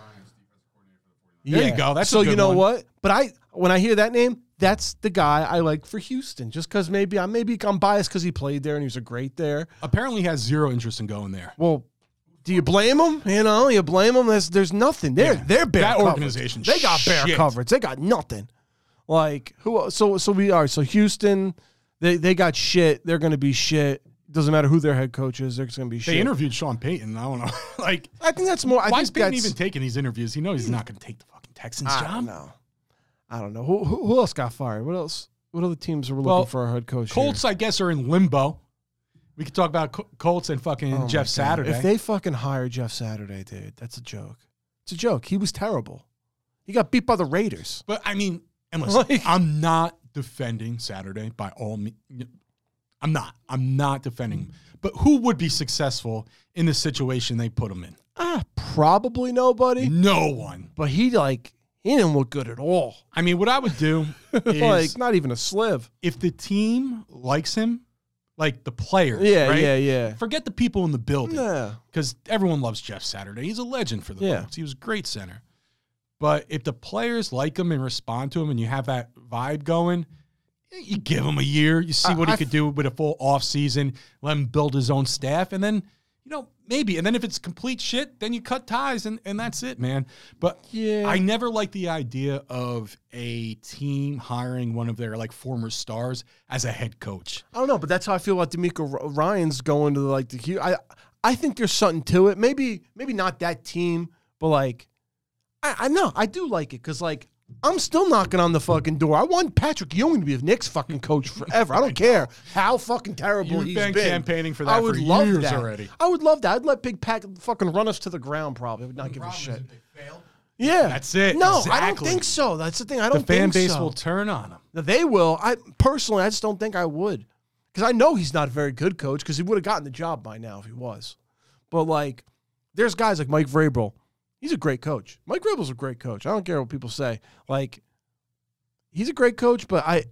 D: There
C: you go. That's a
D: so you
C: good
D: know
C: one.
D: what? But I when I hear that name, that's the guy I like for Houston. Just because maybe I maybe I'm biased because he played there and he was a great there.
C: Apparently, he has zero interest in going there.
D: Well, do you blame him? You know, you blame him. There's there's nothing. They're
C: Yeah.
D: they're bear
C: That
D: coverage.
C: organization
D: They got bear
C: shit.
D: coverage. They got nothing. Like who? el- So so we are. So Houston, they they got shit. They're gonna be shit. Doesn't matter who their head coach is. They're just gonna be
C: They
D: shit.
C: interviewed Sean Payton. I don't know. like,
D: I think that's more. I
C: why
D: think
C: is Payton
D: that's, Ah,
C: even taking these interviews? He knows he's not going to take the fucking Texans
D: I don't
C: job.
D: know. I don't know. Who, who, who else got fired? What else? What other teams were looking
C: Well,
D: for a head coach? here?
C: Colts, I guess, are in limbo. We could talk about Col- Colts and fucking
D: Oh my
C: Jeff
D: God.
C: Saturday.
D: If they fucking hire Jeff Saturday, dude, that's a joke. It's a joke. He was terrible. He got beat by the Raiders.
C: But I mean, and listen,
D: Like-
C: I'm not defending Saturday by all means. I'm not. I'm not defending him. But who would be successful in the situation they put him in?
D: Ah, probably nobody.
C: No one.
D: But he like he didn't look good at all.
C: I mean, what I would do is
D: like not even a sliv.
C: if the team likes him, like the players,
D: Yeah,
C: right?
D: yeah, yeah.
C: Forget the people in the building.
D: Nah.
C: because everyone loves Jeff Saturday. He's a legend for the
D: Yeah.
C: Colts. He was a great center. But if the players like him and respond to him and you have that vibe going, you give him a year, you see
D: I-
C: what
D: I
C: he could do with a full offseason, let him build his own staff, and then, you know, maybe. And then if it's complete shit, then you cut ties and, and that's it, man. But
D: Yeah.
C: I never like the idea of a team hiring one of their like former stars as a head coach.
D: I don't know, but that's how I feel about D'Amico R- Ryan's going to like the Q. I I think there's something to it. Maybe maybe not that team, but like I, I know I do like it because like I'm still knocking on the fucking door. I want Patrick Ewing to be the Knicks fucking coach forever. I don't care how fucking terrible
C: You've
D: he's
C: been campaigning for that
D: I would
C: for
D: love
C: years
D: that.
C: already.
D: I would love that. I'd let Big Pat fucking run us to the ground. Probably I would not give a
B: problem is
D: shit.
B: if they fail,
D: Yeah,
C: That's it.
D: No, I don't
C: Exactly.
D: think so. That's the thing. I don't.
C: The fan
D: think
C: base
D: so.
C: will turn on him.
D: Now, They will. I personally, I just don't think I would, because I know he's not a very good coach. Because he would have gotten the job by now if he was. But like, there's guys like Mike Vrabel. He's a great coach. Mike Vrabel's a great coach. I don't care what people say. Like, he's a great coach, but I,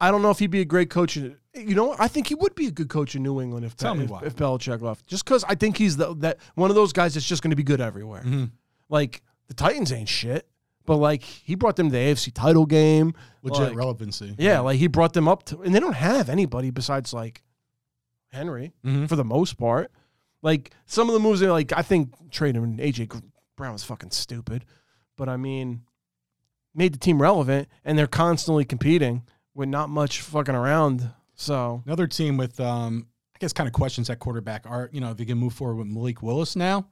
D: I don't know if he'd be a great coach. In, you know, what? I think he would be a good coach in New England if
C: Tell me
D: if,
C: why.
D: if Belichick left. Just because I think he's the, that one of those guys that's just going to be good everywhere.
C: Mhm.
D: Like the Titans ain't shit, but like he brought them to the AFC title game.
C: Legit
D: Like,
C: relevancy.
D: yeah, like he brought them up to, and they don't have anybody besides like Henry
C: Mhm.
D: for the most part. Like some of the moves are like I think trading him AJ Gr- Brown was fucking stupid, but I mean, made the team relevant, and they're constantly competing with not much fucking around. So
C: Another team with, um, I guess, kind of questions at quarterback are, you know, if they can move forward with Malik Willis now,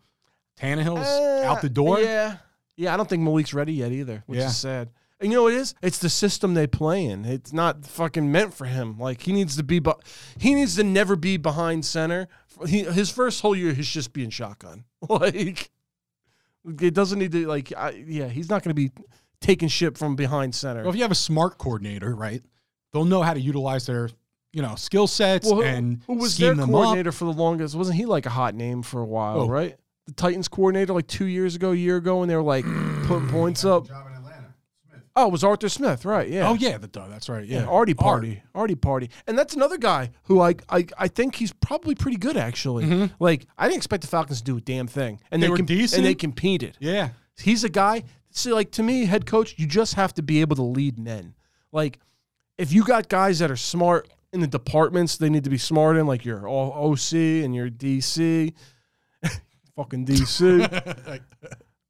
C: Tannehill's out the door.
D: Uh, Yeah, yeah. I don't think Malik's ready yet either, which
C: Yeah.
D: is sad. And you know what it is? It's the system they play in. It's not fucking meant for him. Like he needs to be, bu- he needs to never be behind center. He, his first whole year, he's just being shotgun. Like it doesn't need to. Like I, yeah, he's not going to be taking shit from behind center.
C: Well, if you have a smart coordinator, right, they'll know how to utilize their, you know, skill sets
D: Well, who-
C: and
D: who was their
C: scheme them up. Oh.
D: coordinator for the longest? Wasn't he like a hot name for a while?
C: Who?
D: Right, the Titans coordinator like two years ago, a year ago, and they were like putting points up.
B: job in Atlanta. Smith.
D: Oh, it was Arthur Smith, right? Yeah.
C: Oh, yeah, the, duh, that's right. Yeah.
D: Artie
C: Art.
D: Party. Artie Party. And that's another guy who I I, I think he's probably pretty good actually. Like I didn't expect the Falcons to do a damn thing.
C: Mm-hmm.
D: And
C: They
D: they,
C: were
D: com-
C: decent.
D: and they competed.
C: Yeah.
D: He's a guy. See, like to me, head coach, you just have to be able to lead men. Like if you got guys that are smart in the departments they need to be smart in, like your O- OC and your DC, fucking DC.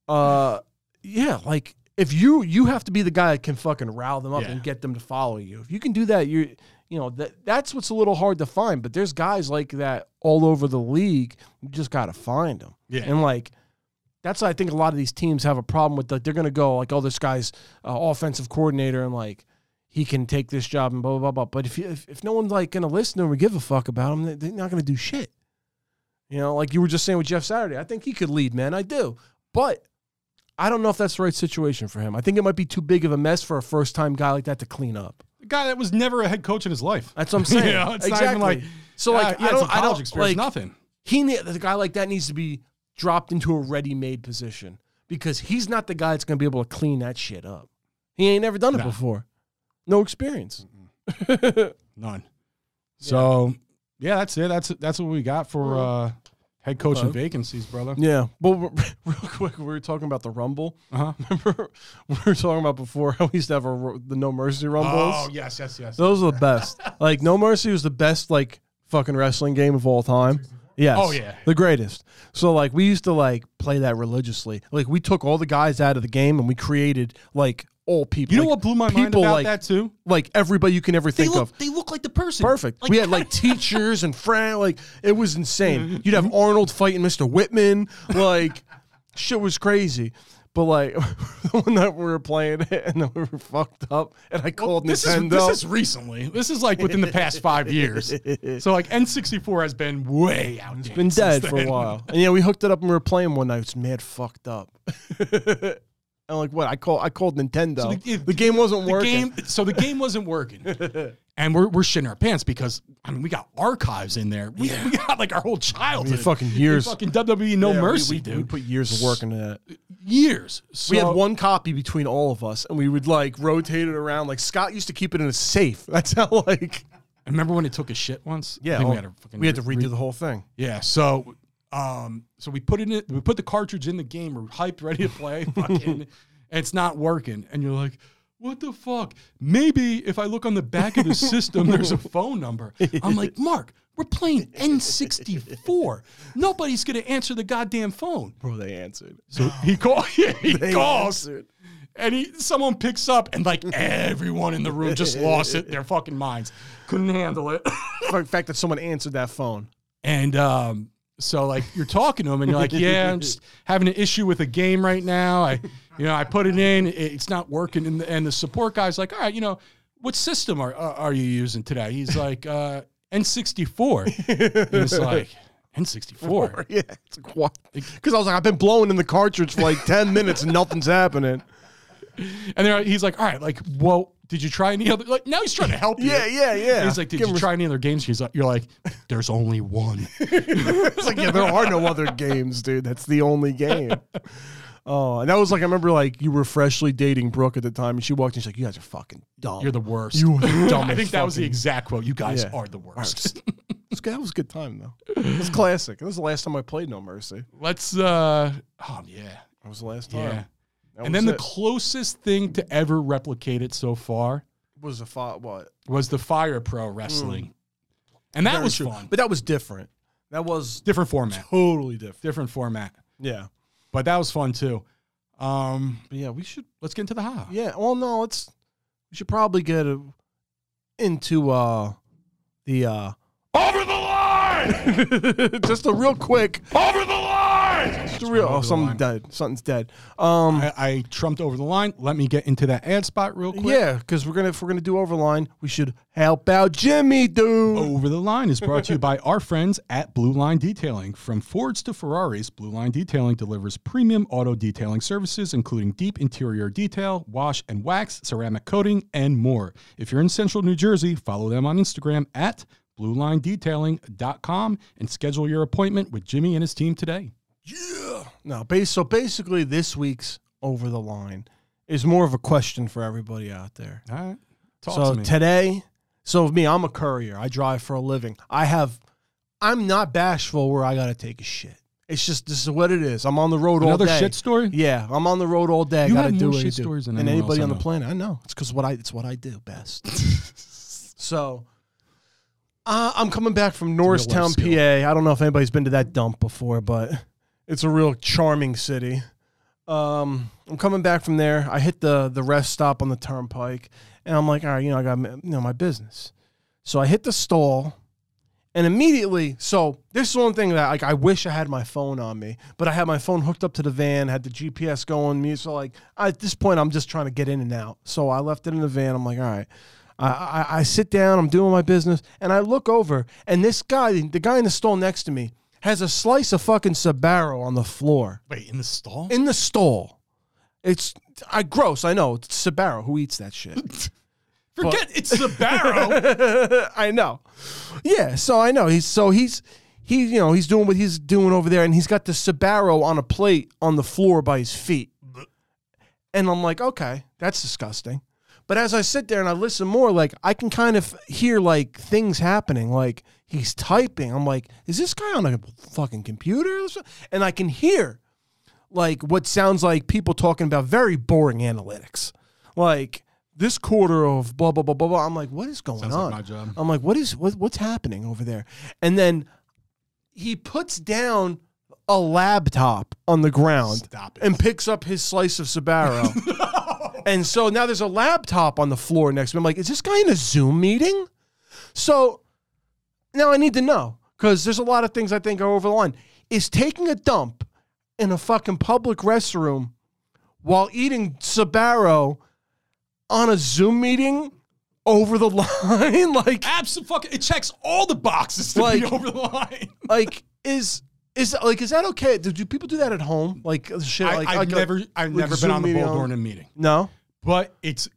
D: uh, yeah, like if you you have to be the guy that can fucking rile them up
C: Yeah.
D: and get them to follow you. If you can do that, you you know that that's what's a little hard to find. But there's guys like that all over the league. You just gotta find them.
C: Yeah.
D: and like that's why I think a lot of these teams have a problem with. Like they're gonna go like, oh, this guy's uh, offensive coordinator, and like he can take this job and blah blah blah. blah. But if you, if, if no one's like gonna listen or give a fuck about him, they- they're not gonna do shit. You know, like you were just saying with Jeff Saturday, I think he could lead, man. I do, but I don't know if that's the right situation for him. I think it might be too big of a mess for a first time guy like that to clean up.
C: The guy that was never a head coach in his life.
D: That's what I'm saying.
C: You know, it's not
D: exactly.
C: even like uh,
D: so, like
C: yeah,
D: I
C: it's a
D: don't, I
C: college
D: don't
C: experience,
D: like
C: nothing.
D: He ne- the guy like that needs to be dropped into a ready-made position because he's not the guy that's going to be able to clean that shit up. He ain't never done it
C: Nah.
D: before. No experience.
C: None. So yeah, that's it. That's that's what we got for uh, head coaching
D: Okay.
C: vacancies, brother.
D: Yeah. Well, we're- real quick, we were talking about the Rumble.
C: Uh-huh.
D: Remember, we were talking about before how we used to have our, the No Mercy Rumbles.
C: Oh yes, yes, yes.
D: Those are the best. like No Mercy was the best like fucking wrestling game of all time. Yes.
C: Oh, yeah.
D: The greatest. So like we used to like play that religiously. Like we took all the guys out of the game and we created like all people.
C: You know
D: Like,
C: what blew my mind
D: people
C: about
D: like,
C: that too?
D: Like everybody you can ever think of.
C: they look like the person.
D: Perfect. we had like teachers and friends. Like it was insane. You'd have Arnold fighting Mr. Whitman. Like shit was crazy. But like the one that we were playing it and then we were fucked up and I called
C: this is,
D: Nintendo.
C: this is recently. This is like within the past five years. So like N64 has been way out. It's
D: been dead for a while. And yeah, we hooked it up and we were playing one night. It's mad fucked up. and like what? I call I called Nintendo. the,
C: the- it-
D: game wasn't
C: The
D: working.
C: game, so the game wasn't working, and we're we're shitting our pants because I mean we got archives in there. We, we got like our whole childhood.
D: fucking years.
C: fucking WWE, no
D: Yeah, we-
C: mercy,
D: we,
C: dude.
D: We put years of work into that.
C: years. So,
D: we had one copy between all of us, and we would like rotate it around. Like Scott used to keep it in a safe. That's how like
C: I remember when it took a shit once. I
D: yeah.
C: think
D: all-
C: we had to fucking
D: we had to
C: re-
D: redo the whole thing.
C: Yeah, so um, so we put it in we put the cartridge in the game, we're hyped, ready to play, fucking, and it's not working. And you're like, what the fuck? Maybe if I look on the back of the system, there's a phone number. I'm like, Mark, we're playing N64. Nobody's gonna answer the goddamn phone.
D: Bro, they answered.
C: So he calls. he
D: They
C: calls.
D: answered.
C: And he, someone picks up, and like everyone in the room just lost it, their fucking minds, couldn't handle it.
D: The fact that someone answered that phone.
C: And um, so like you're talking to him and you're like, yeah, I'm just having an issue with a game right now. I, you know, I put it in, it- it's not working. And the, and the support guy's like, all right, you know, what system are uh, are are you using today? He's like, uh, N64. And it's like N64.
D: Yeah, it's like what? Because I was like, I've been blowing in the cartridge for like ten minutes and nothing's happening.
C: And they're, he's like, all right, like, well, did you try any other? Like now he's trying to help you.
D: Yeah, yeah, yeah.
C: He's like, did
D: Give
C: you
D: him-
C: try any other games? He's like, you're like, there's only one.
D: It's like, yeah, there are no other games, dude. That's the only game. Oh, and that was like I remember like you were freshly dating Brooke at the time, and she walked in, she's like, "You guys are fucking dumb."
C: You're the worst.
D: You are the dumbest.
C: I think that was the
D: fucking-
C: exact quote. You guys
D: Yeah.
C: are the worst.
D: That was a good time though. It was classic. It was the last time I played No Mercy.
C: Let's uh oh yeah.
D: That was the last time.
C: Yeah.
D: That
C: and then
D: was
C: the
D: it.
C: closest thing to ever replicate it so far
D: was the fought what?
C: was the Fire Pro wrestling. And that
D: Mm. Very
C: was
D: true.
C: fun.
D: but that was different. That was
C: different format.
D: totally different.
C: Different format.
D: Yeah,
C: But that was fun too. Um
D: but yeah, we should.
C: let's get into the hot.
D: Yeah, well, no, it's we should probably get uh into uh the uh
A: Over the line!
D: just a real quick
A: Over the line!
D: Just real. Oh, something's dead. Something's dead. Um,
C: I, I trumped over the line. Let me get into that ad spot real quick.
D: yeah, because we're gonna if we're gonna do overline, we should help out Jimmy, dude.
C: Over the Line is brought to you by our friends at Blue Line Detailing. From Fords to Ferraris, Blue Line Detailing delivers premium auto detailing services, including deep interior detail, wash and wax, ceramic coating, and more. If you're in central New Jersey, follow them on Instagram at bluelinedetailing.com and schedule your appointment with Jimmy and his team today.
D: No, base. So basically, this week's over the line is more of a question for everybody out there.
C: All right. Talk
D: so
C: to me.
D: today, so of me, I'm a courier. I drive for a living. I have. I'm not bashful where I gotta take a shit. It's just this is what it is. I'm on the road
C: Another
D: all day.
C: shit story?
D: Yeah, I'm on the road all day. I
C: You
D: gotta
C: have
D: do
C: more
D: what I
C: shit
D: do.
C: stories than
D: and
C: anyone else
D: anybody
C: I
D: on the
C: know.
D: planet. I know it's because what I it's what I do best. so, uh, I'm coming back from Norristown, PA.
C: skill.
D: I don't know if anybody's been to that dump before, but it's a real charming city. Um, I'm coming back from there. I hit the the rest stop on the turnpike, and I'm like, all right, you know, I got you know my business. So I hit the stall. And immediately, so this is one thing that like I wish I had my phone on me, but I had my phone hooked up to the van, had the GPS going me. So like at this point, I'm just trying to get in and out. So I left it in the van. I'm like, all right. I, I, I sit down, I'm doing my business, and I look over, and this guy, the guy in the stall next to me, has a slice of fucking Sabaro on the floor
C: Wait, in the stall?
D: in the stall. It's I gross. I know. It's Sabaro who eats that shit.
C: Forget it's the barrow.
D: I know. Yeah, so I know. He's so he's he you know he's doing what he's doing over there, and he's got the Sabaro on a plate on the floor by his feet, and I'm like, okay, that's disgusting. But as I sit there and I listen more, like I can kind of hear like things happening, like he's typing. I'm like, is this guy on a fucking computer? And I can hear like what sounds like people talking about very boring analytics. Like this quarter of blah blah blah blah blah. I'm like, what is going
C: Sounds like
D: on?
C: my job.
D: I'm like, what is what, what's happening over there? And then he puts down a laptop on the ground
C: Stop it.
D: and picks up his slice of Sabaro. And so now there's a laptop on the floor next to me. I'm like, is this guy in a Zoom meeting? So now I need to know because there's a lot of things I think are over the line. Is taking a dump in a fucking public restroom while eating Sabaro on a Zoom meeting over the line? like,
C: Absolutely, it checks all the boxes to
D: Like-
C: be over the line.
D: like is is like is that okay? Do, do people do that at home? Like shit.
C: I,
D: like,
C: I've
D: like,
C: never, I've
D: like
C: never been
D: Zoom
C: on the
D: meeting
C: board during a meeting,
D: No.
C: but it's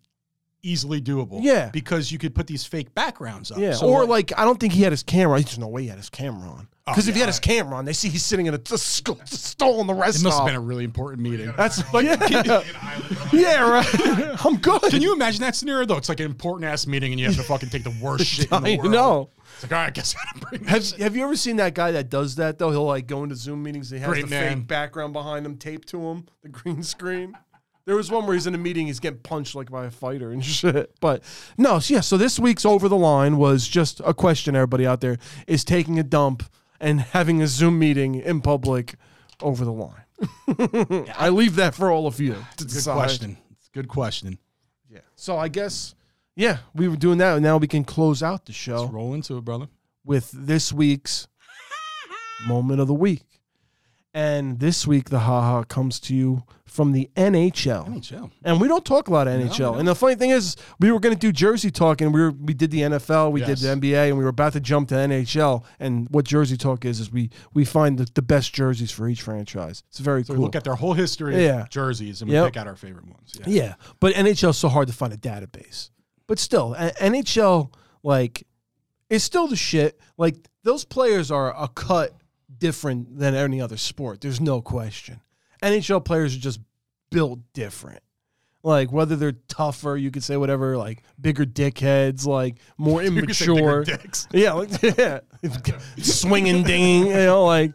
C: easily doable.
D: Yeah.
C: because you could put these fake backgrounds up.
D: Yeah,
C: So
D: or
C: like-
D: like I don't think he had his camera. There's no way he had his camera on. Because if
C: Oh,
D: he
C: yeah,
D: had his
C: I-
D: camera on, they see he's sitting in a, a stall stolen the rest
C: it must have
D: of
C: been a really important meeting.
D: That's like yeah,
B: An island.
D: yeah right. I'm good.
C: Can you imagine that scenario though? It's like an important ass meeting, and you have to fucking take the worst shit in
D: I
C: the world.
D: know.
C: It's like, all right, I guess I gotta bring
D: Have,
C: this.
D: have you ever seen that guy that does that though? He'll like go into Zoom meetings and he has
C: Great
D: the
C: man.
D: fake background behind him taped to him, the green screen. There was one where he's in a meeting, he's getting punched like by a fighter and shit. But no, so yeah. So this week's over the line was just a question. Everybody out there is taking a dump and having a Zoom meeting in public over the line. I leave that for all of you. to
C: Good
D: decide.
C: question. It's a Good question.
D: So I guess yeah, we were doing that, and now we can close out the show
C: Let's roll into it, brother.
D: with this week's moment of the week. And this week, the haha comes to you from the NHL.
C: NHL.
D: And we don't talk a lot of NHL. and the funny thing is, we were going to do Jersey Talk, and we were, we did the NFL, we
C: Yes.
D: did the NBA, and we were about to jump to NHL. And what Jersey Talk is is we we find the, the best jerseys for each franchise. It's very
C: So
D: cool.
C: we look at their whole history of
D: Yeah.
C: jerseys and we
D: Yep.
C: pick out our favorite ones. Yeah.
D: Yeah, but NHL's so hard to find a database. But still, a- NHL like is still the shit. Like those players are a cut different than any other sport. There's no question. NHL players are just built different. Like whether they're tougher, you could say whatever. Like bigger dickheads, like more
C: You could say bigger
D: immature.
C: dicks.
D: Yeah, like, yeah. swinging, dinging, you know, like.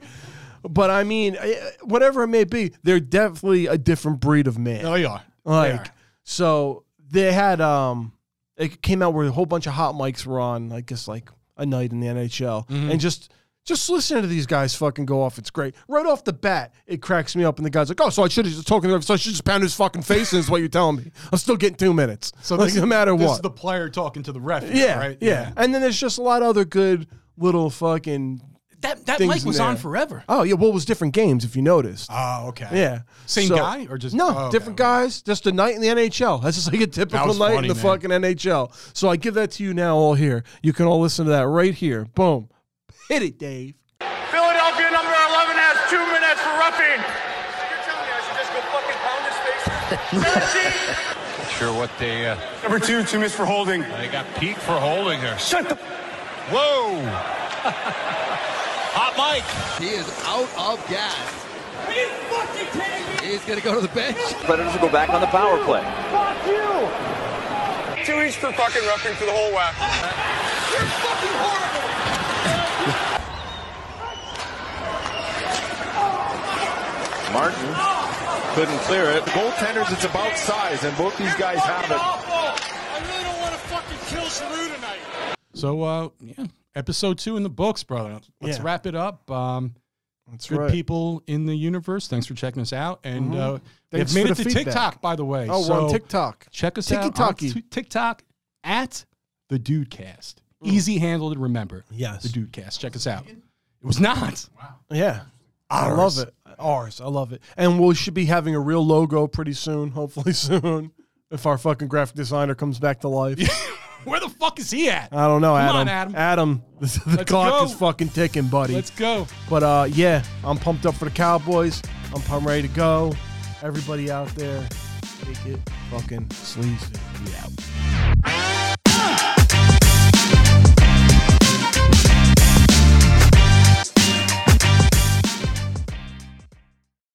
D: But I mean, eh, whatever it may be, they're definitely a different breed of man.
C: Oh, yeah.
D: Like so they had um it came out where a whole bunch of hot mics were on, I guess like a night in the NHL.
C: Mm-hmm.
D: And just just listening to these guys fucking go off, it's great. Right off the bat, it cracks me up, and the guy's like, "Oh, so I should have just talking. So I should just pound his fucking face in." Is what you're telling me? I'm still getting two minutes. So like,
C: this-
D: no matter
C: this
D: what,
C: is the player talking to the ref.
D: yeah,
C: right.
D: yeah, And then there's just a lot of other good little fucking.
C: That that
D: Things
C: mic
D: in
C: was
D: there.
C: on forever.
D: Oh yeah, well, it was different games if you noticed.
C: Oh, okay.
D: Yeah.
C: Same guy or just-
D: no
C: oh, okay,
D: different
C: okay.
D: guys? Just a night in the NHL. That's just like a typical
C: was
D: night
C: funny,
D: in
C: man.
D: the fucking NHL. So I give that to you now, all here. You can all listen to that right here. Boom, hit it, Dave.
F: Philadelphia number 11 has two minutes for roughing. You're telling me I should just go fucking pound his face?
G: sure what they uh,
F: Number two, two minutes for holding.
G: they got Pete for holding her.
F: Shut the.
G: Whoa! Hot Mike.
H: He is out of gas.
F: Are you fucking kidding me?
H: He's going to go to the bench.
I: Predators will go back on the power play.
F: Fuck you! Two each for fucking roughing for the whole whack. You're fucking horrible!
J: Martin couldn't clear it. Goaltenders, it's about size, and both these guys have it.
F: I really don't want to fucking kill Giroux tonight.
C: So uh yeah. Episode two in the books, brother. Let's
D: Yeah.
C: wrap it up. Um
D: That's
C: good
D: right. Mm-hmm.
C: people in the universe. Thanks for checking us out. And uh
D: Thanks
C: we've made
D: for
C: it
D: the
C: to
D: feedback.
C: TikTok, by the way.
D: Oh, we're
C: So
D: on TikTok.
C: Check us out on
D: Tiki-taki.
C: t- TikTok at the Dudecast. Easy handle to remember.
D: Mm. Yes.
C: The Dudecast. Check us out. It was not.
D: Yeah, I love it. Ours, I love it. And we should be having a real logo pretty soon. Hopefully soon, if our fucking graphic designer comes back to life.
C: Where the fuck is he at?
D: I don't know,
C: Come on,
D: Adam.
C: Adam.
D: the, the
C: Let's
D: clock
C: go.
D: is fucking ticking, buddy.
C: Let's go.
D: But uh, yeah, I'm pumped up for the Cowboys. I'm pumped ready to go. Everybody out there, make it fucking sleazy. Yeah.